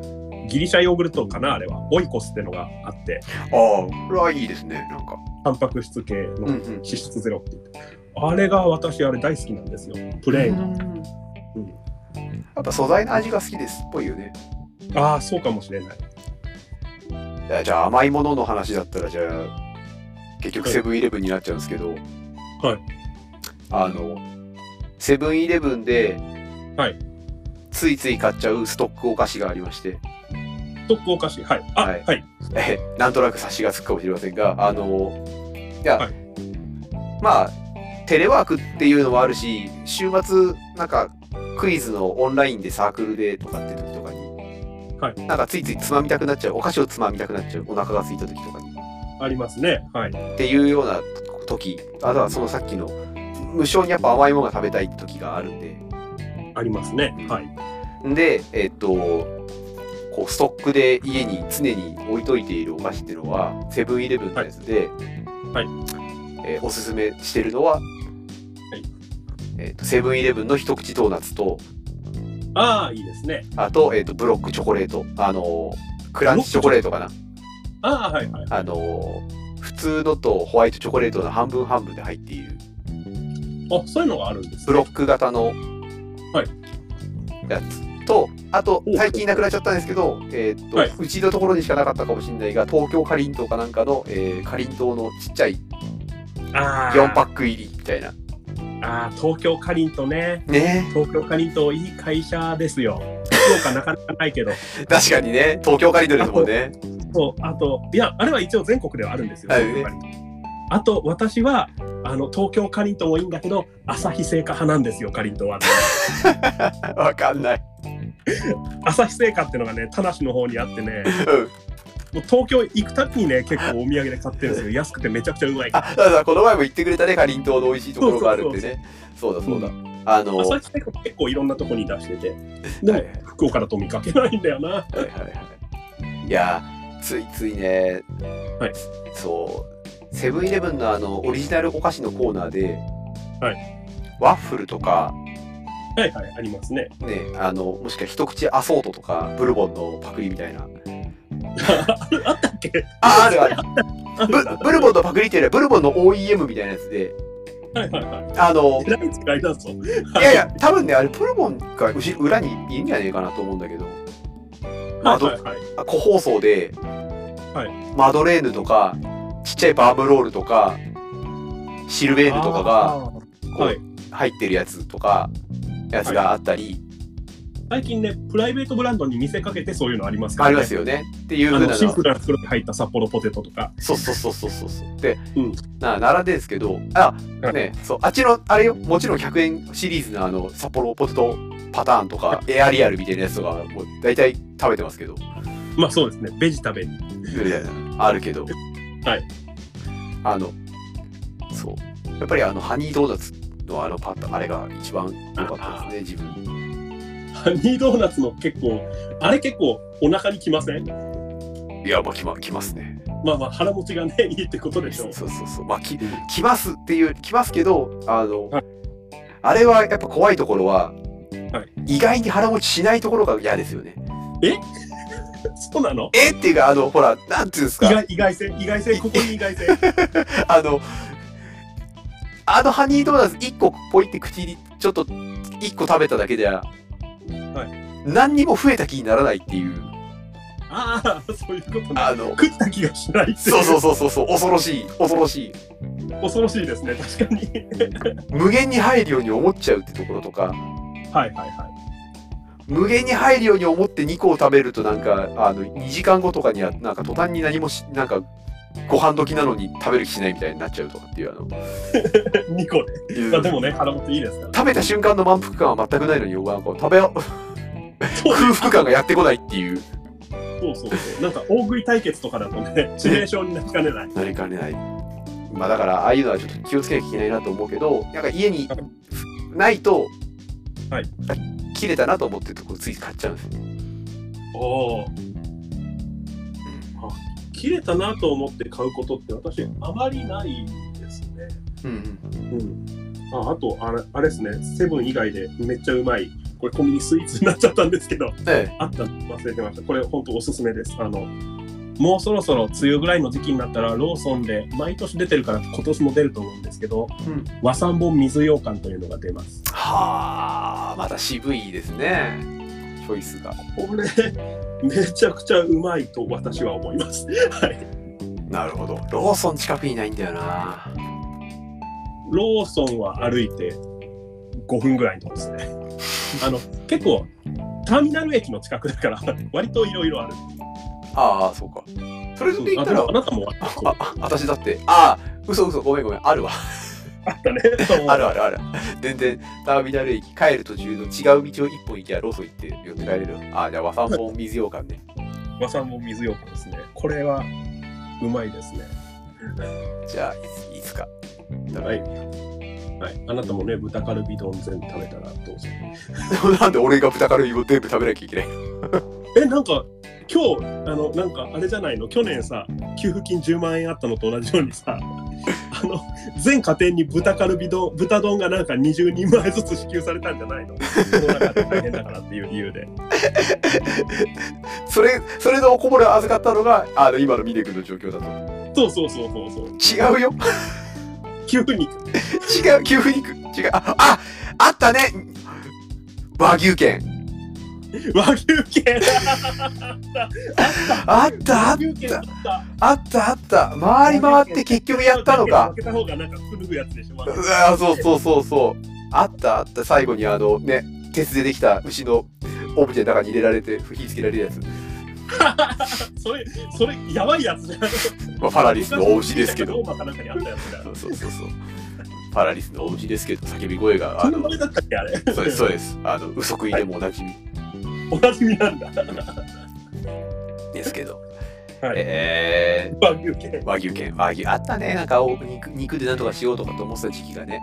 Speaker 2: ギリシャヨーグルトかなあれは。オイコスってのがあって、
Speaker 1: ああこれはいいですねなんか
Speaker 2: タンパク質系の
Speaker 1: うん
Speaker 2: 脂
Speaker 1: うん
Speaker 2: 質ゼロって言って。あれが私、あれ大好きなんですよ。プレーンが。うん
Speaker 1: やっぱ素材の味が好きですっぽいよね
Speaker 2: ああ、そうかもしれない。
Speaker 1: いやじゃあ甘いものの話だったらじゃあ結局
Speaker 2: はい
Speaker 1: セブンイレブンになっちゃうんですけど
Speaker 2: はい
Speaker 1: あのセブンイレブンで
Speaker 2: はい
Speaker 1: ついつい買っちゃうストックお菓子がありまして、
Speaker 2: ストックお菓子。はい。あ、
Speaker 1: は
Speaker 2: はいい。
Speaker 1: え [LAUGHS] なんとなく察しがつくかもしれませんが、あの、いや、
Speaker 2: はい
Speaker 1: まあ、テレワークっていうのもあるし、週末、なんか、クイズのオンラインでサークルでとかって時とかに、
Speaker 2: はい
Speaker 1: なんかついついつまみたくなっちゃう、お菓子をつまみたくなっちゃう、お腹が空いた時とかに、
Speaker 2: ありますね。はい。
Speaker 1: っていうような時、あとはそのさっきの、無性にやっぱ甘いものが食べたい時があるんで、
Speaker 2: ありますね。はい。
Speaker 1: で、えっと、こうストックで家に常に置いといているお菓子っていうのは、セブンイレブンのやつで、
Speaker 2: はい
Speaker 1: えーおすすめしてるのは、えっとセブンイレブンの一口ドーナツと、
Speaker 2: ああ、いいですね。
Speaker 1: あと、えっとブロックチョコレート、あのークランチチョコレートかな。
Speaker 2: ああ、はいはい。
Speaker 1: あのー普通のとホワイトチョコレートの半分半分で入っている、
Speaker 2: あ、そういうのがあるんです、
Speaker 1: ブロック型の
Speaker 2: はい
Speaker 1: やつと、あと
Speaker 2: おう
Speaker 1: 最近なくなっちゃったんですけど、えーっと
Speaker 2: はいう
Speaker 1: ちのところにしかなかったかもしれないが東京かりんとうかなんかの、えー、かりんとうのちっちゃい
Speaker 2: ああ。
Speaker 1: 4パック入りみたいな
Speaker 2: ああ、東京かりんとね。
Speaker 1: ね
Speaker 2: 東京かりんといい会社ですよ。福岡なかなかないけど。 [LAUGHS]
Speaker 1: 確かにね東京かりんとうですもんね
Speaker 2: そう、あと、いや、あれは一応全国ではあるんですよ。
Speaker 1: はい
Speaker 2: 東京かりんとあと、私は、あの、東京かりんともいいんだけど、朝日製菓派なんですよ、かりんとは。
Speaker 1: わかんない
Speaker 2: 朝日製菓ってのがね、田無の方にあってね、
Speaker 1: うん
Speaker 2: もう東京行くたびにね、結構お土産で買ってるんですよ。安くてめちゃくちゃうまいから。
Speaker 1: あそうだこの前も言ってくれたねかりんとうの美味しいところがあるんでねそうだそうだ、あのー
Speaker 2: 朝日製菓結構いろんなとこに出してて、で
Speaker 1: は
Speaker 2: も
Speaker 1: いはい
Speaker 2: 福岡だと見かけないんだよな。
Speaker 1: はいはいはい。いやー、ついついね、
Speaker 2: はい
Speaker 1: そう、セブンイレブンのあのオリジナルお菓子のコーナーで、
Speaker 2: は
Speaker 1: ワッフルとか、
Speaker 2: はいはい、ありますね。
Speaker 1: ね、あのもしくは一口アソートとか、ブルボンのパクリみたいな。
Speaker 2: [LAUGHS] あったっけ
Speaker 1: あ、あるある。
Speaker 2: あるんだ
Speaker 1: ブブルボンのパクリっていうよりは、ブルボンの OEM みたいなやつで、
Speaker 2: はいはいはい。
Speaker 1: あの、
Speaker 2: えらい使いだぞ。
Speaker 1: いやいや、多分ね、あれ、ブルボンがうし裏にいいんじゃねえかなと思うんだけど、
Speaker 2: は
Speaker 1: あ
Speaker 2: い
Speaker 1: と
Speaker 2: はいはい。
Speaker 1: あ個包装で、
Speaker 2: は
Speaker 1: マドレーヌとかちっちゃいバームロールとかシルベーヌとかが
Speaker 2: あー
Speaker 1: こ
Speaker 2: はいう
Speaker 1: 入ってるやつとかやつがあったり、
Speaker 2: 最近ね、プライベートブランドに見せかけてそういうのありますか
Speaker 1: あ
Speaker 2: ら、
Speaker 1: り
Speaker 2: ね。
Speaker 1: ますよねっていう
Speaker 2: あ
Speaker 1: ふう
Speaker 2: の
Speaker 1: な
Speaker 2: シン
Speaker 1: の
Speaker 2: プルな袋に入った札幌ポテトとか。
Speaker 1: そうそうそうそうそうそうで、
Speaker 2: うん
Speaker 1: な並んでるんですけどあねそうあっちのあれよもちろん100円シリーズのあの札幌ポテトパターンとかエアリアルみたいなやつとかもう大体食べてますけど
Speaker 2: まあそうですね、ベジタベル。 [LAUGHS]
Speaker 1: みたいなあるけど、
Speaker 2: はい、
Speaker 1: あのそうやっぱりあのハニードーナツのあのパタあれが一番良かったですね自分
Speaker 2: ハニードーナツの結構、あれ結構お腹にきません
Speaker 1: いやまあきまきますね
Speaker 2: まあまあ腹持ちがね、いいってことでし
Speaker 1: そ
Speaker 2: ょ
Speaker 1: う
Speaker 2: う。
Speaker 1: そうそうまあききますっていうきますけどあの、
Speaker 2: は
Speaker 1: あれはやっぱ怖いところは、
Speaker 2: は
Speaker 1: 意外に腹持ちしないところが嫌ですよね
Speaker 2: そうなの
Speaker 1: えっていうかあのほらなんていうんです
Speaker 2: 意
Speaker 1: か
Speaker 2: 外意外性、意外性、ここに意外性。
Speaker 1: [LAUGHS] あの、あのハニードーナツ1個ポイって口にちょっと1個食べただけじゃ、何にも増えた気にならないっていう、
Speaker 2: ああ、そういうことね。
Speaker 1: あの、
Speaker 2: 食った気がしないってい
Speaker 1: そうそうそうそうそう、恐ろしい、恐ろしい、
Speaker 2: 恐ろしいですね、確かに。
Speaker 1: 無限に入るように思っちゃうってところとか、
Speaker 2: はいはいはい。
Speaker 1: 無限に入るように思って2個を食べるとなんか、あの、2時間後とかには、なんか途端に何もし、なんか、ご飯時なのに食べる気しないみたいになっちゃうとかっていう、あの、
Speaker 2: 2個で。
Speaker 1: いう
Speaker 2: まあでもね、腹持ちいいですから。
Speaker 1: 食べた瞬間の満腹感は全くないのに、なんか食べ、
Speaker 2: そ
Speaker 1: [LAUGHS]
Speaker 2: う
Speaker 1: 空腹感がやってこないっていう。
Speaker 2: そうそうそう。なんか大食い対決とかだと [LAUGHS] ね、致命傷になりかねない。
Speaker 1: なりかねない。まあだから、ああいうのはちょっと気をつけなきゃいけないなと思うけど、なんか家に
Speaker 2: はい
Speaker 1: ないと、
Speaker 2: はい
Speaker 1: 切れたなと思って、こうつい買っちゃうんですよ。
Speaker 2: おお。切れたなと思って買うことって私、あまりないですね。
Speaker 1: うん。
Speaker 2: うん。ああとあれ、あれですね、セブン以外でめっちゃうまい、これコンビニスイーツになっちゃったんですけど、
Speaker 1: ええ。
Speaker 2: あったの忘れてました。これ本当おすすめです。あのもうそろそろ梅雨ぐらいの時期になったらローソンで毎年出てるから今年も出ると思うんですけど、
Speaker 1: うん
Speaker 2: 和三盆水羊羹というのが出ます。
Speaker 1: はあ、また渋いですね。チョイスが。
Speaker 2: これめちゃくちゃうまいと私は思います。はい。
Speaker 1: なるほど。ローソン近くにないんだよな。
Speaker 2: ローソンは歩いて5分ぐらいのとこですね。あの結構ターミナル駅の近くだから割といろいろある。
Speaker 1: ああ、そうか。それで言
Speaker 2: あ
Speaker 1: った
Speaker 2: で
Speaker 1: ら
Speaker 2: もあ、なたも割とそう
Speaker 1: あ、あ、私だって、ああ、嘘嘘、ごめんごめん、あるわ。
Speaker 2: あったね。
Speaker 1: [LAUGHS] あるあるある。全然、ターミナル駅帰る途中の違う道を一本行きゃ、ローソン行って寄って帰れるわ。ああ、じゃあ、和三盆水羊羹ね。
Speaker 2: 和さんも水ようですね。これはうまいですね。
Speaker 1: じゃあ、いついつか。
Speaker 2: はい。はい、あなたもね、豚カルビ丼全部食べたらどうぞ。
Speaker 1: なんで俺が豚カルビを全部食べなきゃいけない
Speaker 2: え、なんか、今日、あの、なんか、あれじゃないの、去年さ、給付金10万円あったのと同じようにさ、 [LAUGHS] あの、全家庭に豚カルビ丼、豚丼がなんか20人前ずつ支給されたんじゃないのコロナ禍で大変だからっていう理由で。
Speaker 1: それ、それのおこぼれを預かったのが、あの、今のミネ君の状況だと。
Speaker 2: そうそうそうそうそう。
Speaker 1: 違うよ。
Speaker 2: 給付に、
Speaker 1: 違う、給付肉。違う。あ、ああったね和牛券。
Speaker 2: [LAUGHS] 和牛券
Speaker 1: あった、あ
Speaker 2: 和
Speaker 1: っ
Speaker 2: 牛券あ
Speaker 1: た
Speaker 2: っ。た。
Speaker 1: あったあった回り回って結局やったのか
Speaker 2: 負けた方がなんか古いやつでしょ、ま
Speaker 1: う
Speaker 2: だ
Speaker 1: わそうそうそうそうあったあった最後にあのね鉄でできた牛のオブジェの中に入れられて火つけられるやつ、
Speaker 2: それ、それ、やばいやつじゃん。
Speaker 1: まあ、パラリスのお牛ですけど
Speaker 2: ローマかなんかにあったやつだよ
Speaker 1: そ。うそうそうそうパラリスのお牛ですけど叫び声が
Speaker 2: そ
Speaker 1: あ
Speaker 2: んな
Speaker 1: の
Speaker 2: 名前だったっけあれ。
Speaker 1: そうですそうですあの嘘食いでもおなじみ
Speaker 2: おなじみなんだ。
Speaker 1: ですけど、
Speaker 2: はい
Speaker 1: え
Speaker 2: 和牛券
Speaker 1: ー、。和牛券和牛あったねなんかお肉肉でなんとかしようとかと思ってた時期がね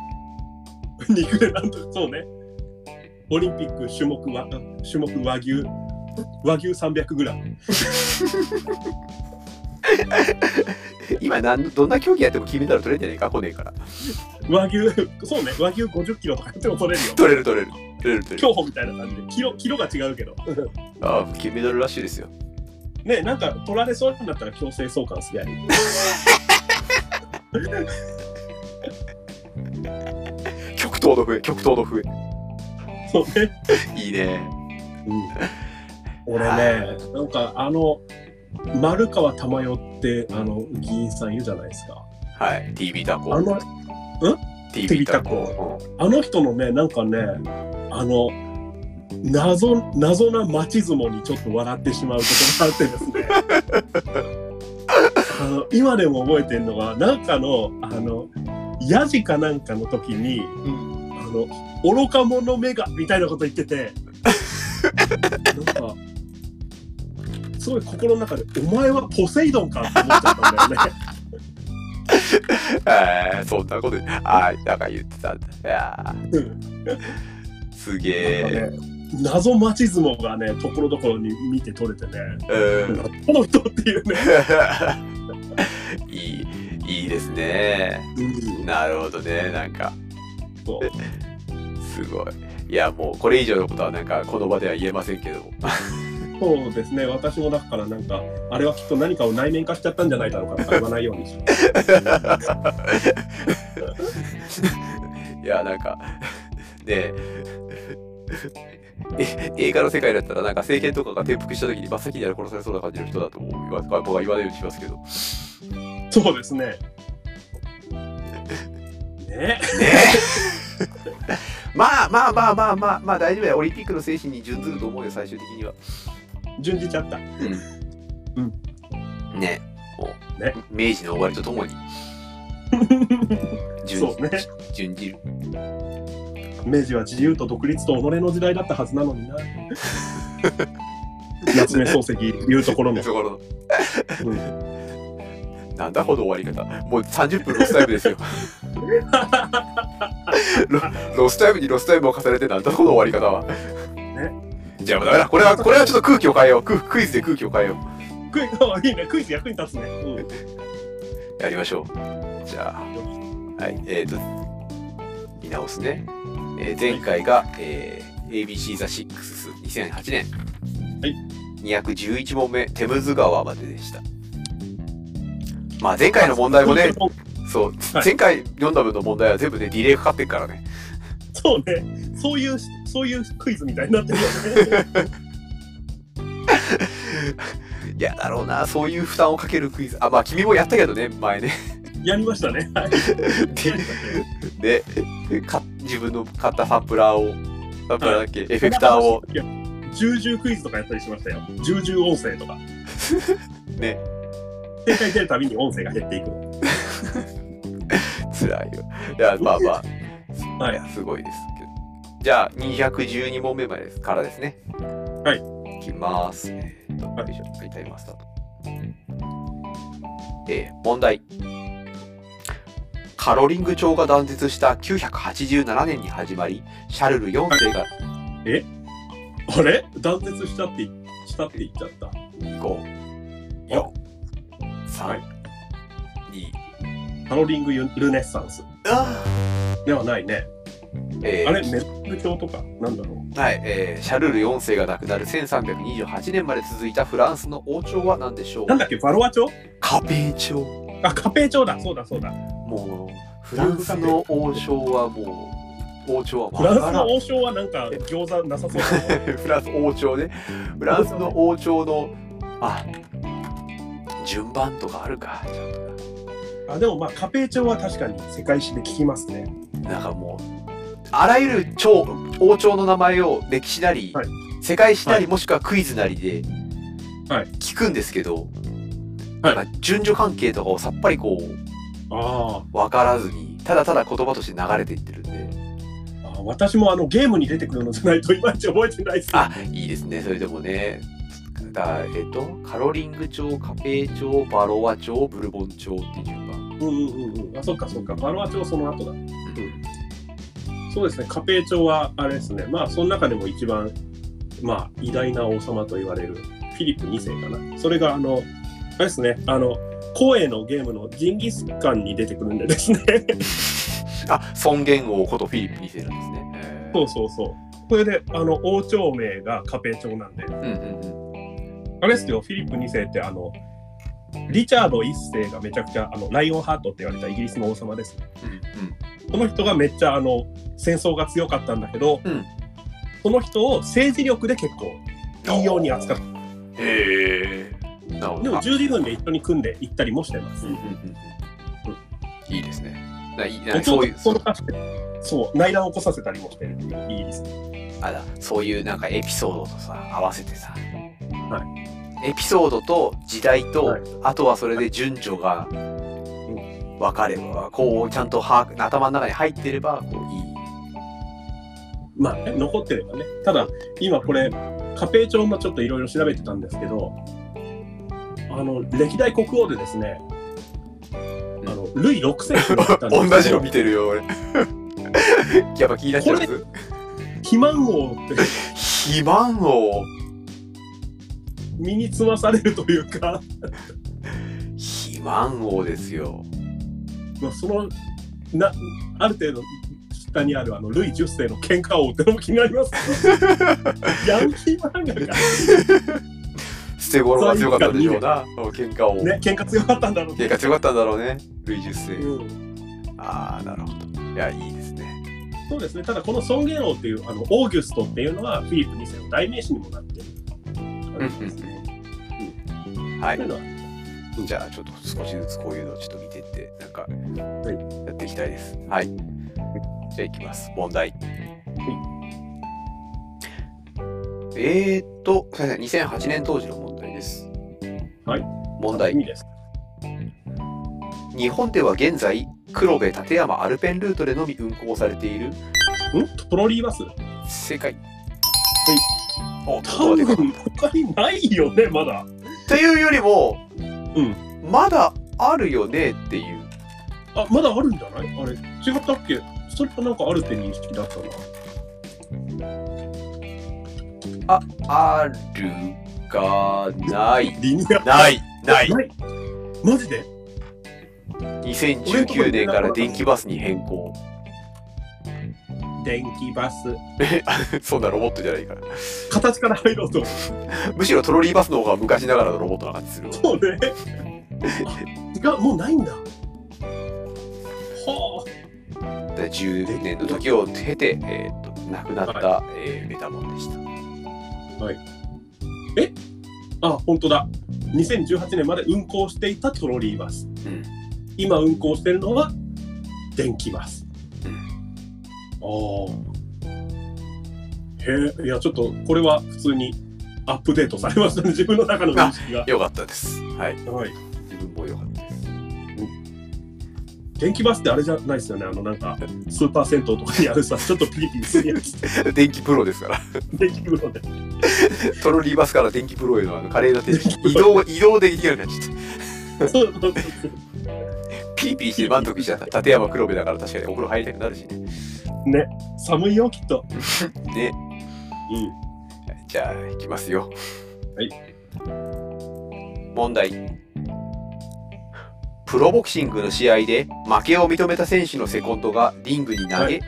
Speaker 2: 肉でなんと、そうね。オリンピック種目は、種目和牛、和牛300グラム。
Speaker 1: 今なんどんな競技やっても金メダル取れんじゃねえか来ねえから
Speaker 2: 和牛、そうね、和牛50キロとかやっても取れるよ。
Speaker 1: 取れる取れる取れる取れる
Speaker 2: 競歩みたいな感じで、キロ、キロが違うけど。
Speaker 1: ああ金メダルラッシュですよ
Speaker 2: ねなんか取られそうになったら強制送還すりゃいい。
Speaker 1: 極東の笛極東の笛
Speaker 2: そうね。
Speaker 1: いいね
Speaker 2: 俺ね、なんかあの、丸川珠代って、あの、議員さんいるじゃないですか。
Speaker 1: はい TV タコ
Speaker 2: あの、
Speaker 1: TV タ
Speaker 2: タ
Speaker 1: コ
Speaker 2: あの人のね、なんかね、あの、謎、謎なマチズモにちょっと笑ってしまうことがあってですね。
Speaker 1: [LAUGHS]
Speaker 2: あの、今でも覚えてるのは、なんかの、あの、ヤジかなんかの時に、
Speaker 1: うん
Speaker 2: あの、愚か者めが、みたいなこと言ってて、なんか、すごい心の中で、お前はポセイドンかって思っちゃったんだよね。
Speaker 1: えー、そんなことあーなんか言ってたんだいやーすげ
Speaker 2: な
Speaker 1: え
Speaker 2: んかね謎マチズモがね、ところどころに見て取れてね、
Speaker 1: うん [LAUGHS]
Speaker 2: この人っていうね。
Speaker 1: いいいいですねなるほどねなんか
Speaker 2: そう
Speaker 1: すごいいやもうこれ以上のことはなんかこの場では言えませんけども
Speaker 2: そうですね、私もだからなんか、あれはきっと何かを内面化しちゃったんじゃないだろうかとか言わないようにし
Speaker 1: いやなんかねえ映画の世界だったらなんか政権とかが転覆した時に真っ先にやら殺されそうな感じの人だと思う僕は僕は言わないようにしますけど
Speaker 2: そうですね。ね
Speaker 1: まあまあまあまあまあまあ大丈夫やオリンピックの精神に準ずると思うよ最終的には
Speaker 2: 順次ちゃった。
Speaker 1: うん、うん、ねもう
Speaker 2: ね
Speaker 1: 明治の終わりとと
Speaker 2: [LAUGHS]
Speaker 1: もに準
Speaker 2: そうね。
Speaker 1: じ準じる
Speaker 2: 明治は自由と独立と己の時代だったはずなのにな。夏目漱石言うところの。
Speaker 1: ところ [LAUGHS] なんだこの終わり方もう30分ロスタイムです
Speaker 2: [LAUGHS]
Speaker 1: よロロスタイムにロスタイムを重ねてなんだこの終わり方はじゃあダメだこれはこれはちょっと空気を変えようククイズで空気を変えよ
Speaker 2: クイズ、いいね、クイズ役に立つね。うん
Speaker 1: うやりましょうじゃあはいえー、と見直すね、えー前回が、えー ABC ザ6 2008年、
Speaker 2: はい
Speaker 1: 211問目テムズ川まででしたまあ前回の問題も
Speaker 2: [LAUGHS]
Speaker 1: ねそう、
Speaker 2: はい
Speaker 1: 前回読んだ分の問題は全部ね、ディレイかかってっからね。
Speaker 2: そうね、そういう、そういうクイズみたいになってるよね。
Speaker 1: いや、だろうな、そういう負担をかけるクイズ。あ、まあ、君もやったけどね、前
Speaker 2: [LAUGHS]
Speaker 1: ね。
Speaker 2: やりましたね。はい。
Speaker 1: で、でか自分の買ったサンプラーをだからだっけエフェクターを。
Speaker 2: いや重々クイズとかやったりしましたよ。重々音声とか。
Speaker 1: [LAUGHS] ね。
Speaker 2: 正解出るたびに音声が減っていく。
Speaker 1: 辛いよ。いや、まあまあ、
Speaker 2: はいい。
Speaker 1: やすごいですけど。じゃあ、212問目までですからですね。。
Speaker 2: はい
Speaker 1: いきます。よいしょ。はい、タイマースタート。えー問題。カロリング朝が断絶した987年に始まり、シャルル4世が
Speaker 2: あれ断絶したって、したって言っちゃった。
Speaker 1: 5、
Speaker 2: よ
Speaker 1: 4、3、2、
Speaker 2: カロリングユルネッサンス
Speaker 1: あ
Speaker 2: ではないね。
Speaker 1: ーえー
Speaker 2: あれ、メルク教とか、なんだろ
Speaker 1: はい、えーシャルル4世が亡くなる1328年まで続いたフランスの王朝は何でしょう
Speaker 2: う。なんだっけ、バロア朝
Speaker 1: カペー朝
Speaker 2: あ、カペイ朝だ。そうだ、そうだ。
Speaker 1: もうフランスの王将はもう王朝は
Speaker 2: フ
Speaker 1: わ
Speaker 2: ラン
Speaker 1: か
Speaker 2: ス
Speaker 1: ら
Speaker 2: の
Speaker 1: ん
Speaker 2: 王将はなんか餃子なさそうだね
Speaker 1: [LAUGHS] フランス王朝ねフランスの王朝のあ順番とかあるかちゃんと
Speaker 2: あでもまあカペイ朝は確かに世界史で聞きますね
Speaker 1: なんかもうあらゆる朝王朝の名前を歴史なり、
Speaker 2: はい
Speaker 1: 世界史なり、
Speaker 2: はい
Speaker 1: もしくはクイズなりで
Speaker 2: はい
Speaker 1: 聞くんですけど、
Speaker 2: はい
Speaker 1: なんか順序関係とかをさっぱりこう
Speaker 2: あ
Speaker 1: 分からずにただただ言葉として流れていってるんで
Speaker 2: あ私もあのゲームに出てくるのじゃないといまいち覚えてないです
Speaker 1: あいいですねそれでもねだからえっとカロリング朝カペイ朝バロア朝ブルボン朝っていう順番
Speaker 2: うんうんうんうんあそっかそっかバロア朝その後だそうですねカペイ朝はあれですねまあその中でも一番まあ偉大な王様と言われるフィリップ2世かなそれがあのあれですねあの光栄のゲームのジンギスカンに出てくるんでですね [LAUGHS]
Speaker 1: あ尊厳王ことフィリップ2世なんですね
Speaker 2: そうそうそうそれであの王朝名がカペイ朝なんで
Speaker 1: うんうんうん
Speaker 2: あれですよ、フィリップ2世って、あの、リチャード1世がめちゃくちゃ、あの、ライオンハートって言われたイギリスの王様ですね。この人がめっちゃ、あの、戦争が強かったんだけど、
Speaker 1: うん
Speaker 2: その人を政治力で結構、いいように扱っ
Speaker 1: うんへえなるほ
Speaker 2: て、で
Speaker 1: ど
Speaker 2: も
Speaker 1: あ
Speaker 2: 十字軍で一緒に組んで行ったりもしてます。
Speaker 1: うんうんうんうんいいですねないいな
Speaker 2: 弟
Speaker 1: そういう
Speaker 2: そのそう、内乱を起こさせたりもしてるっていうイギリス。
Speaker 1: あだそういうなんかエピソードとさ合わせてさ、エピソードと時代と、
Speaker 2: はい
Speaker 1: あとはそれで順序が分かればこうちゃんと把握頭の中に入ってればこういい
Speaker 2: まあね、残ってればね。ただ、今これ、カペイ朝もちょっといろいろ調べてたんですけど、あの、歴代国王でですね、あの、ルイ6世っていうのがいたんです
Speaker 1: [LAUGHS]
Speaker 2: けど
Speaker 1: 同じの見てるよ俺やっぱ気になっちゃうやつ
Speaker 2: [LAUGHS] 肥満王って
Speaker 1: 肥満王
Speaker 2: 身につまされるというか、
Speaker 1: 肥満王ですよ
Speaker 2: まあ、そのなある程度下にあるあのルイ10世の喧嘩王ってのも気になります
Speaker 1: [LAUGHS]
Speaker 2: ヤンキー漫画が
Speaker 1: 捨て頃が強かったでしょうな喧嘩王、
Speaker 2: ね喧嘩強かったんだろう
Speaker 1: 喧嘩強かったんだろうねルイ10世、
Speaker 2: うん
Speaker 1: ああなるほどいやいいですね
Speaker 2: そうですねただこの尊厳王っていうあのオーギュストっていうのはフィリップ2世の代名詞にもなってる
Speaker 1: んは
Speaker 2: そういう
Speaker 1: い
Speaker 2: のは
Speaker 1: じゃあちょっと少しずつこういうのをちょっと見てってなんか
Speaker 2: い
Speaker 1: やっていきたいですはいじゃあいきます問題えーっとすいません2008年当時の問題です
Speaker 2: はい
Speaker 1: 問題
Speaker 2: 意味です
Speaker 1: 日本では現在黒部立山アルペンルートでのみ運行されている
Speaker 2: んトロリーバス
Speaker 1: 世界お
Speaker 2: 多
Speaker 1: ちょっと待って
Speaker 2: 分他にないよねまだ
Speaker 1: というよりも、
Speaker 2: うん
Speaker 1: まだあるよねっていう
Speaker 2: あまだあるんじゃないあれ違ったっけそれとなんかあるって認識だったな
Speaker 1: あるがない
Speaker 2: リニア
Speaker 1: ないない
Speaker 2: ないマジで
Speaker 1: 2019年から電気バスに変更
Speaker 2: 電気バス
Speaker 1: [LAUGHS] そんなロボットじゃないから
Speaker 2: 形から入ろうと
Speaker 1: むしろトロリーバスの方が昔ながらのロボットな感じするわ
Speaker 2: そうねがもうないんだは
Speaker 1: で10年の時を経て、えー、と亡くなった、
Speaker 2: は
Speaker 1: えーメタモンでした
Speaker 2: ああ本当だ2018年まで運行していたトロリーバス、
Speaker 1: うん
Speaker 2: 今運行してるのは電気バス、
Speaker 1: うん
Speaker 2: ああへえ、いや、ちょっとこれは普通にアップデートされましたね、自分の中の認識が。
Speaker 1: よかったです。はい。
Speaker 2: はい、
Speaker 1: 自分もよかった [LAUGHS] です。
Speaker 2: 電気バスってあれじゃないですよね、あのなんか、スーパー銭湯とかにあるさ、ちょっとピリピリするやつ、
Speaker 1: 電気プロですから。
Speaker 2: 電気風呂で。
Speaker 1: トロリーバスから電気プロへのあの華麗な手つき移 [LAUGHS] 動、移動できるようになっちゃった。
Speaker 2: そうそうそう
Speaker 1: ピーピーして満足しちゃった。立山黒部だから確かにお風呂入りたくなるしね。
Speaker 2: ね、寒いよ、きっと。
Speaker 1: ね。
Speaker 2: うん、
Speaker 1: じゃあ、行きますよ。
Speaker 2: はい。
Speaker 1: 問題。プロボクシングの試合で負けを認めた選手のセコンドがリングに投げ、
Speaker 2: はい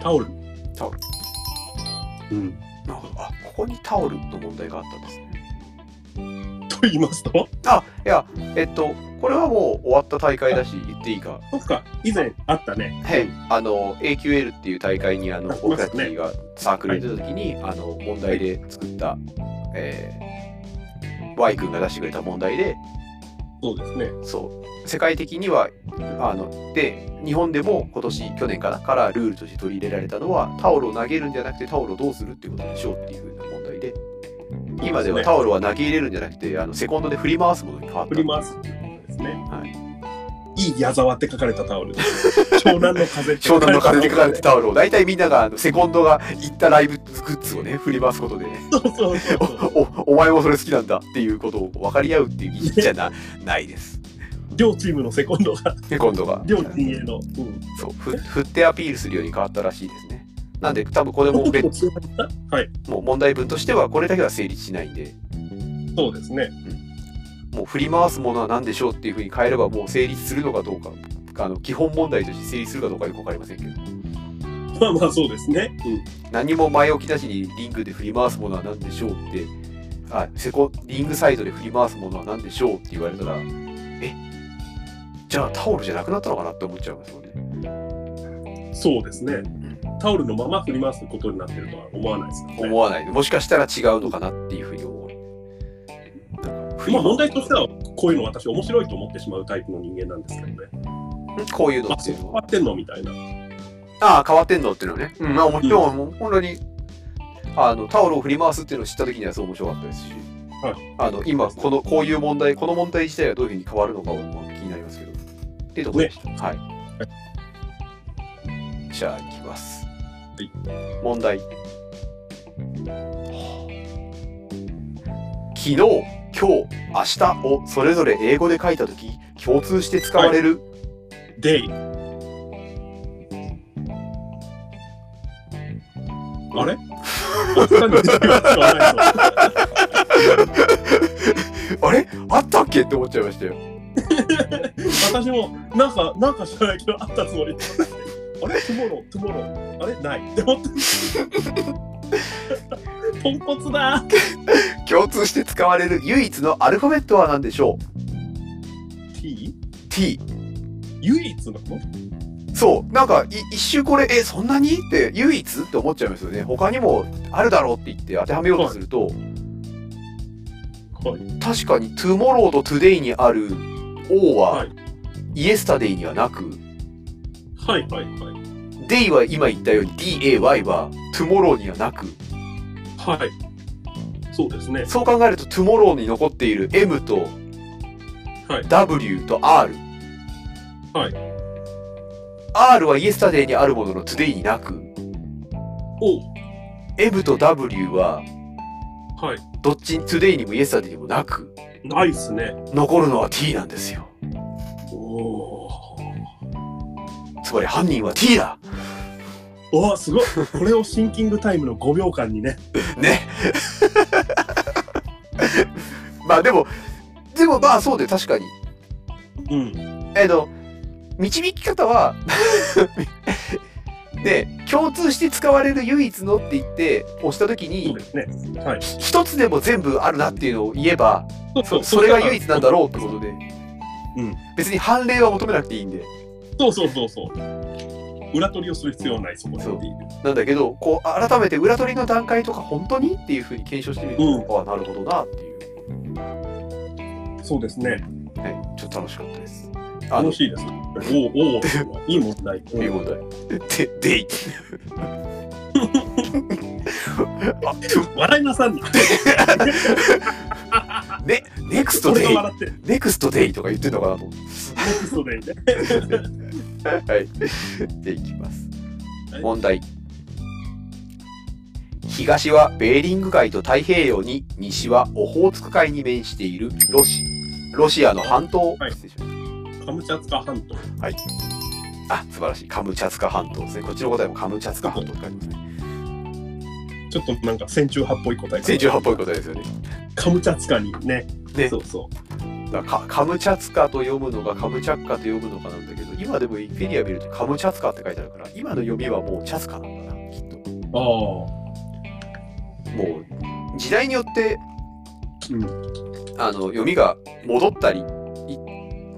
Speaker 2: タオル。
Speaker 1: タオル。
Speaker 2: うん。
Speaker 1: なんかあここにタオルの問題があったんですね。
Speaker 2: と言いますと、
Speaker 1: あいや、えっと、これはもう終わった大会だし、言っていいか。
Speaker 2: そっか、以前あったね。
Speaker 1: はい、あの AQL っていう大会にあの
Speaker 2: あり
Speaker 1: 僕
Speaker 2: ま
Speaker 1: た
Speaker 2: す
Speaker 1: ち
Speaker 2: ね
Speaker 1: がサークルに出た時に、あの問題で作った、えー Y 君が出してくれた問題で
Speaker 2: そうですね。
Speaker 1: そう世界的にはあので日本でも今年去年かなからルールとして取り入れられたのはタオルを投げるんじゃなくてタオルをどうするっていうことでしょうっていうふうな問題で今ではタオルは投げ入れるんじゃなくてあのセコンドで振り回すものに変わった
Speaker 2: 振り回すってことですね。。
Speaker 1: はい
Speaker 2: いい矢沢って書かれたタオ [LAUGHS] ル。湘南の風って
Speaker 1: 湘
Speaker 2: 書か
Speaker 1: 南の風
Speaker 2: れたタオル。
Speaker 1: にかかれてタオルを大体みんながあのセコンドが行ったライブグッズをね振り回すことで
Speaker 2: そうそうそうそう。
Speaker 1: おおお前もそれ好きなんだっていうことを分かり合うっていう技術じゃなないです。
Speaker 2: 両チームのセコンドが、
Speaker 1: で今度は
Speaker 2: 両陣営の。うん。
Speaker 1: そうふ振ってアピールするように変わったらしいですね。なんで多分これも別
Speaker 2: はい。
Speaker 1: もう問題文としてはこれだけは成立しないんで
Speaker 2: そうですね。
Speaker 1: もう振り回すものは何でしょうっていうふうに変えればもう成立するのかどうかあの基本問題として成立するかどうかよく分かりませんけど
Speaker 2: まあまあそうですね。
Speaker 1: 何も前置きなしにリングで振り回すものは何でしょうってあセコリングサイドで振り回すものは何でしょうって言われたらえじゃあタオルじゃなくなったのかなって思っちゃいますもんね。
Speaker 2: そうですね。タオルのまま振り回すことになってるとは思わないですよね。
Speaker 1: 思わないでもしかしたら違うのかなっていうふうに思う。なんか振り
Speaker 2: まあ
Speaker 1: 回
Speaker 2: 問題としては、こういうの私面白いと思ってしまうタイプの人間なんですけどね。
Speaker 1: こういうの
Speaker 2: あ、
Speaker 1: って
Speaker 2: そ
Speaker 1: いううの
Speaker 2: 変
Speaker 1: は
Speaker 2: わってんのみたいな。
Speaker 1: ああ変わってんのっていうのはね、うん、まあもちろん、もう本当にあのタオルを振り回すっていうのを知った時にはそう面白かったですし、
Speaker 2: はい
Speaker 1: あの今このこういう問題この問題自体がどういうふうに変わるのかはまあ気になりますけどっていうところでした、はいじゃあいきます、
Speaker 2: い
Speaker 1: 問題昨日今日明日をそれぞれ英語で書いた時共通して使われる、
Speaker 2: デイ。あれおっさんにデイは使わないの
Speaker 1: あれあったっけって思っちゃいましたよ
Speaker 2: 私もなんかなんか知らないけどあったつもりあれトゥモロートゥモローあれないって思ってポンコツだ
Speaker 1: 共通して使われる唯一のアルファベットは何でしょう
Speaker 2: T
Speaker 1: ?T。
Speaker 2: 唯一なの
Speaker 1: そう。なんか、い一周これ、え、そんなにって、唯一って思っちゃいますよね。他にもあるだろうって言って当てはめようとすると、
Speaker 2: はい
Speaker 1: 確かに tomorrow と today にある O
Speaker 2: は
Speaker 1: は、
Speaker 2: い
Speaker 1: yesterday にはなく、
Speaker 2: はいはいはい
Speaker 1: day は今言ったように day は tomorrow にはなく、
Speaker 2: はいそうですね
Speaker 1: そう考えると tomorrow に残っている M と
Speaker 2: はい
Speaker 1: W と R。
Speaker 2: はい
Speaker 1: R は yesterday にあるものの today になく、
Speaker 2: おう
Speaker 1: M と W は
Speaker 2: はい
Speaker 1: どっち today にも yesterday にもなく、
Speaker 2: ないっすね
Speaker 1: 残るのは T なんですよ。
Speaker 2: おお
Speaker 1: つまり犯人は T だ
Speaker 2: おーす
Speaker 1: [LAUGHS]
Speaker 2: ごいこれをシンキングタイムの5秒間にね
Speaker 1: ね [LAUGHS] まあでも、でもまあそうで確かに。
Speaker 2: うん
Speaker 1: えっと、導き方は [LAUGHS] で、共通して使われる唯一のって言って押した時
Speaker 2: そう
Speaker 1: に、
Speaker 2: ですねはい
Speaker 1: ひ一つでも全部あるなっていうのを言えば、
Speaker 2: そ
Speaker 1: そそれが唯一なんだろうってことで、
Speaker 2: ん
Speaker 1: 別に判例は求めなくていいんで。
Speaker 2: そうそうそうそう裏取りをする必要はないそこにっていう
Speaker 1: なんだけど、こう改めて裏取りの段階とか本当にっていうふうに検証してみると、
Speaker 2: う
Speaker 1: ああ、なるほどなっていう、
Speaker 2: そうですね
Speaker 1: はい、ちょっと楽しかったです。あの、
Speaker 2: 楽
Speaker 1: い
Speaker 2: しいです。おうおういい問題。
Speaker 1: い問題。で、でい。
Speaker 2: 笑いなさんな。
Speaker 1: ね、ネクスト
Speaker 2: 俺
Speaker 1: デ
Speaker 2: が
Speaker 1: イ、
Speaker 2: 笑ってる。
Speaker 1: ネクストデイとか言ってんのかなと思
Speaker 2: 嘘でいいね
Speaker 1: って。はい。でいきます
Speaker 2: は。い
Speaker 1: 問題。東はベーリング海と太平洋に、西はオホーツク海に面しているロシロシアの半島、
Speaker 2: はい
Speaker 1: 失礼しまし
Speaker 2: カムチャツカ半島。
Speaker 1: たあ、素晴らしい。カムチャツカ半島ですね。こっちの答えもカムチャツカ半島って書いてますね。
Speaker 2: ちょっとなんか戦中派っぽい答え。
Speaker 1: 千住派っぽい答えですよね。
Speaker 2: カムチャツカにね。
Speaker 1: ね
Speaker 2: そうそう。
Speaker 1: だからカカムチャツカと読むのかカムチャッカと読むのかなんだけど今でもウィキペディア見るとカムチャツカって書いてあるから今の読みはもうチャツカなんだなきっと
Speaker 2: あ
Speaker 1: もう時代によって
Speaker 2: あ。うん。
Speaker 1: あの読みが戻ったりい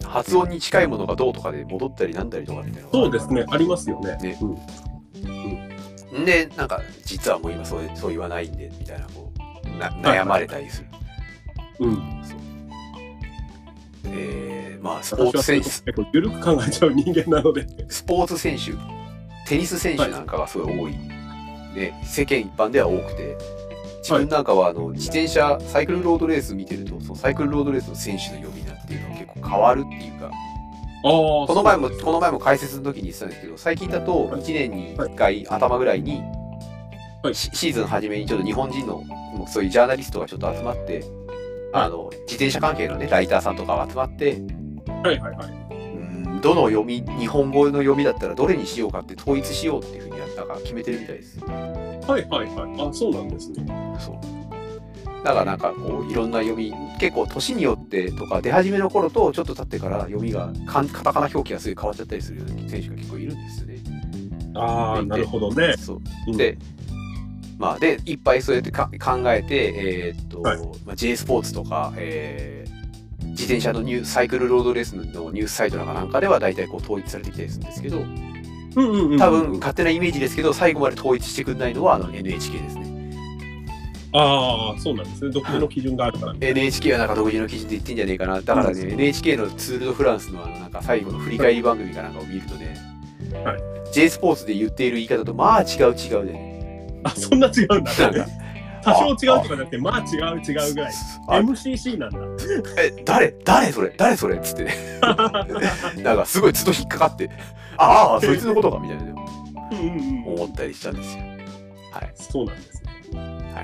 Speaker 1: 発音に近いものがどうとかで戻ったりなんだりとかみたいな
Speaker 2: そうですね。ありますよね。
Speaker 1: ね
Speaker 2: うん
Speaker 1: でなんか実はもう今そうそう言わないんでみたいなこうな悩まれたりする、
Speaker 2: うん、
Speaker 1: えーまあスポー
Speaker 2: 私
Speaker 1: ツ
Speaker 2: はそうい
Speaker 1: 選
Speaker 2: う
Speaker 1: 手
Speaker 2: こと結構緩く考えちゃう人間なので、
Speaker 1: スポーツ選手、テニス選手なんかがすごい多い。で、世間一般では多くて、自分なんかはあの自転車、サイクルロードレース見てると、そのサイクルロードレースの選手の読みなっていうのは結構変わるっていうか、
Speaker 2: こ
Speaker 1: この前も、この前も解説の時に言ってたんですけど、最近だと
Speaker 2: はい
Speaker 1: 1年に1回頭ぐらいに、
Speaker 2: はい
Speaker 1: シシーズン初めにちょっと日本人のもうそういうジャーナリストがちょっと集まって、あの自転車関係のね、ライターさんとかが集まって、
Speaker 2: はいはいはい。
Speaker 1: うんどの読み日本語の読みだったらどれにしようかって統一しようっていうふうにやったか決めてるみたいです
Speaker 2: はいはいはい。あ、そうなんですね。
Speaker 1: そうだからなんかこういろんな読み結構年によってとか出始めの頃とちょっと経ってから読みがカンカタカナ表記がすごい変わっちゃったりするような選手が結構いるんですよね
Speaker 2: ああ、なるほどね。
Speaker 1: そう
Speaker 2: うん
Speaker 1: で、まあでいっぱいそうやってか考えてえーっと、
Speaker 2: はい
Speaker 1: まあ、J スポーツとか、えー自転車のニューサイクルロードレースのニュースサイトなんかなんかでは大体こう統一されてきたりするんですけど、
Speaker 2: うんうんうん。
Speaker 1: 多分勝手なイメージですけど最後まで統一してくれないのはあの NHK ですね
Speaker 2: ああ、そうなんですね。独自の基準があるからね。
Speaker 1: NHK はなんか独自の記事で言ってんじゃねえかなだからね、
Speaker 2: う
Speaker 1: NHK のツール・ド・フランスのあのなんか最後の振り返り番組かなんかを見るとね、
Speaker 2: は
Speaker 1: J スポーツで言っている言い方とまあ違う違うでね
Speaker 2: あ、そんな違うん
Speaker 1: な
Speaker 2: だ
Speaker 1: んか。
Speaker 2: 多少違うとかじゃなくて、まあ違う違うぐらい。
Speaker 1: あ
Speaker 2: MCC なんだ。
Speaker 1: え誰誰それ誰それっつっ
Speaker 2: [LAUGHS]
Speaker 1: てねなんかすごいずっと引っかかってああそいつのことかみたいなね
Speaker 2: うんうんうん。
Speaker 1: 思ったりしたんですよはい
Speaker 2: そうなんですね。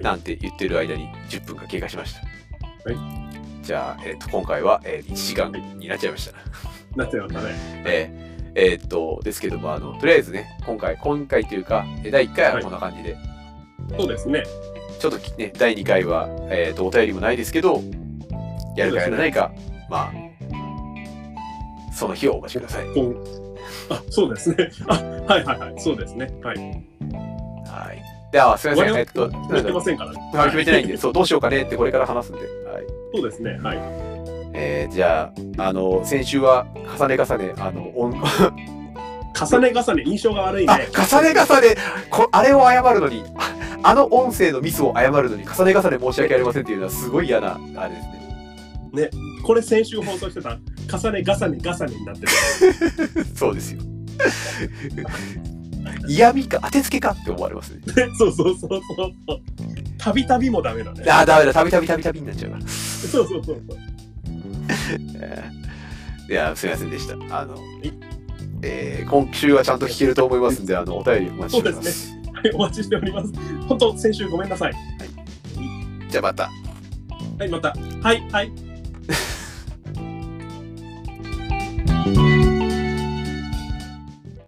Speaker 1: なんて言ってる間に10分が経過しました
Speaker 2: は
Speaker 1: じゃあ、えっと今回は、え1時間になっちゃいました
Speaker 2: なっちゃいましたね。
Speaker 1: えーえーっと、ですけども、あの、とりあえずね、今回、今回というか、えー第1回はこんな感じで、
Speaker 2: そうですね。
Speaker 1: ちょっときね、第2回は、えーっと、お便りもないですけど、やるかやらないか、まあ、その日をお待ちください。
Speaker 2: こうあ、そうですね。 [LAUGHS] あ、はいはいはい。そうですね。はい。
Speaker 1: はい。では、すいません、え
Speaker 2: 我
Speaker 1: ーっと、
Speaker 2: 々決めてませんからね。
Speaker 1: はい決めてないんで、
Speaker 2: は
Speaker 1: そう、どうしようかねってこれから話すんで、はい。
Speaker 2: そうですね。はい。
Speaker 1: えーじゃあ、あの、先週は重ね重ね、あの、音、
Speaker 2: 重ね重ね、印象が悪いね。
Speaker 1: あ重ね重ねこあれを謝るのにああの音声のミスを謝るのに重ね重ね申し訳ありませんっていうのはすごい嫌なあれですね
Speaker 2: これ先週放送してた重ね重ね重ねになってる。
Speaker 1: [LAUGHS] そうですよ嫌味か当てつけかって思われますね
Speaker 2: [LAUGHS] そうそうそうそうそう。たびたびもダメだね。
Speaker 1: ああダメだたびたびたびたびになっちゃうから、
Speaker 2: そうそうそうそう。
Speaker 1: えーいやすいませんでしたあのえー今週はちゃんと聞けると思いますんであのお便りお待ちしております
Speaker 2: はい、お待ちしております。本当先週ごめんなさい。
Speaker 1: じゃあまた
Speaker 2: はい、また。はい、はい。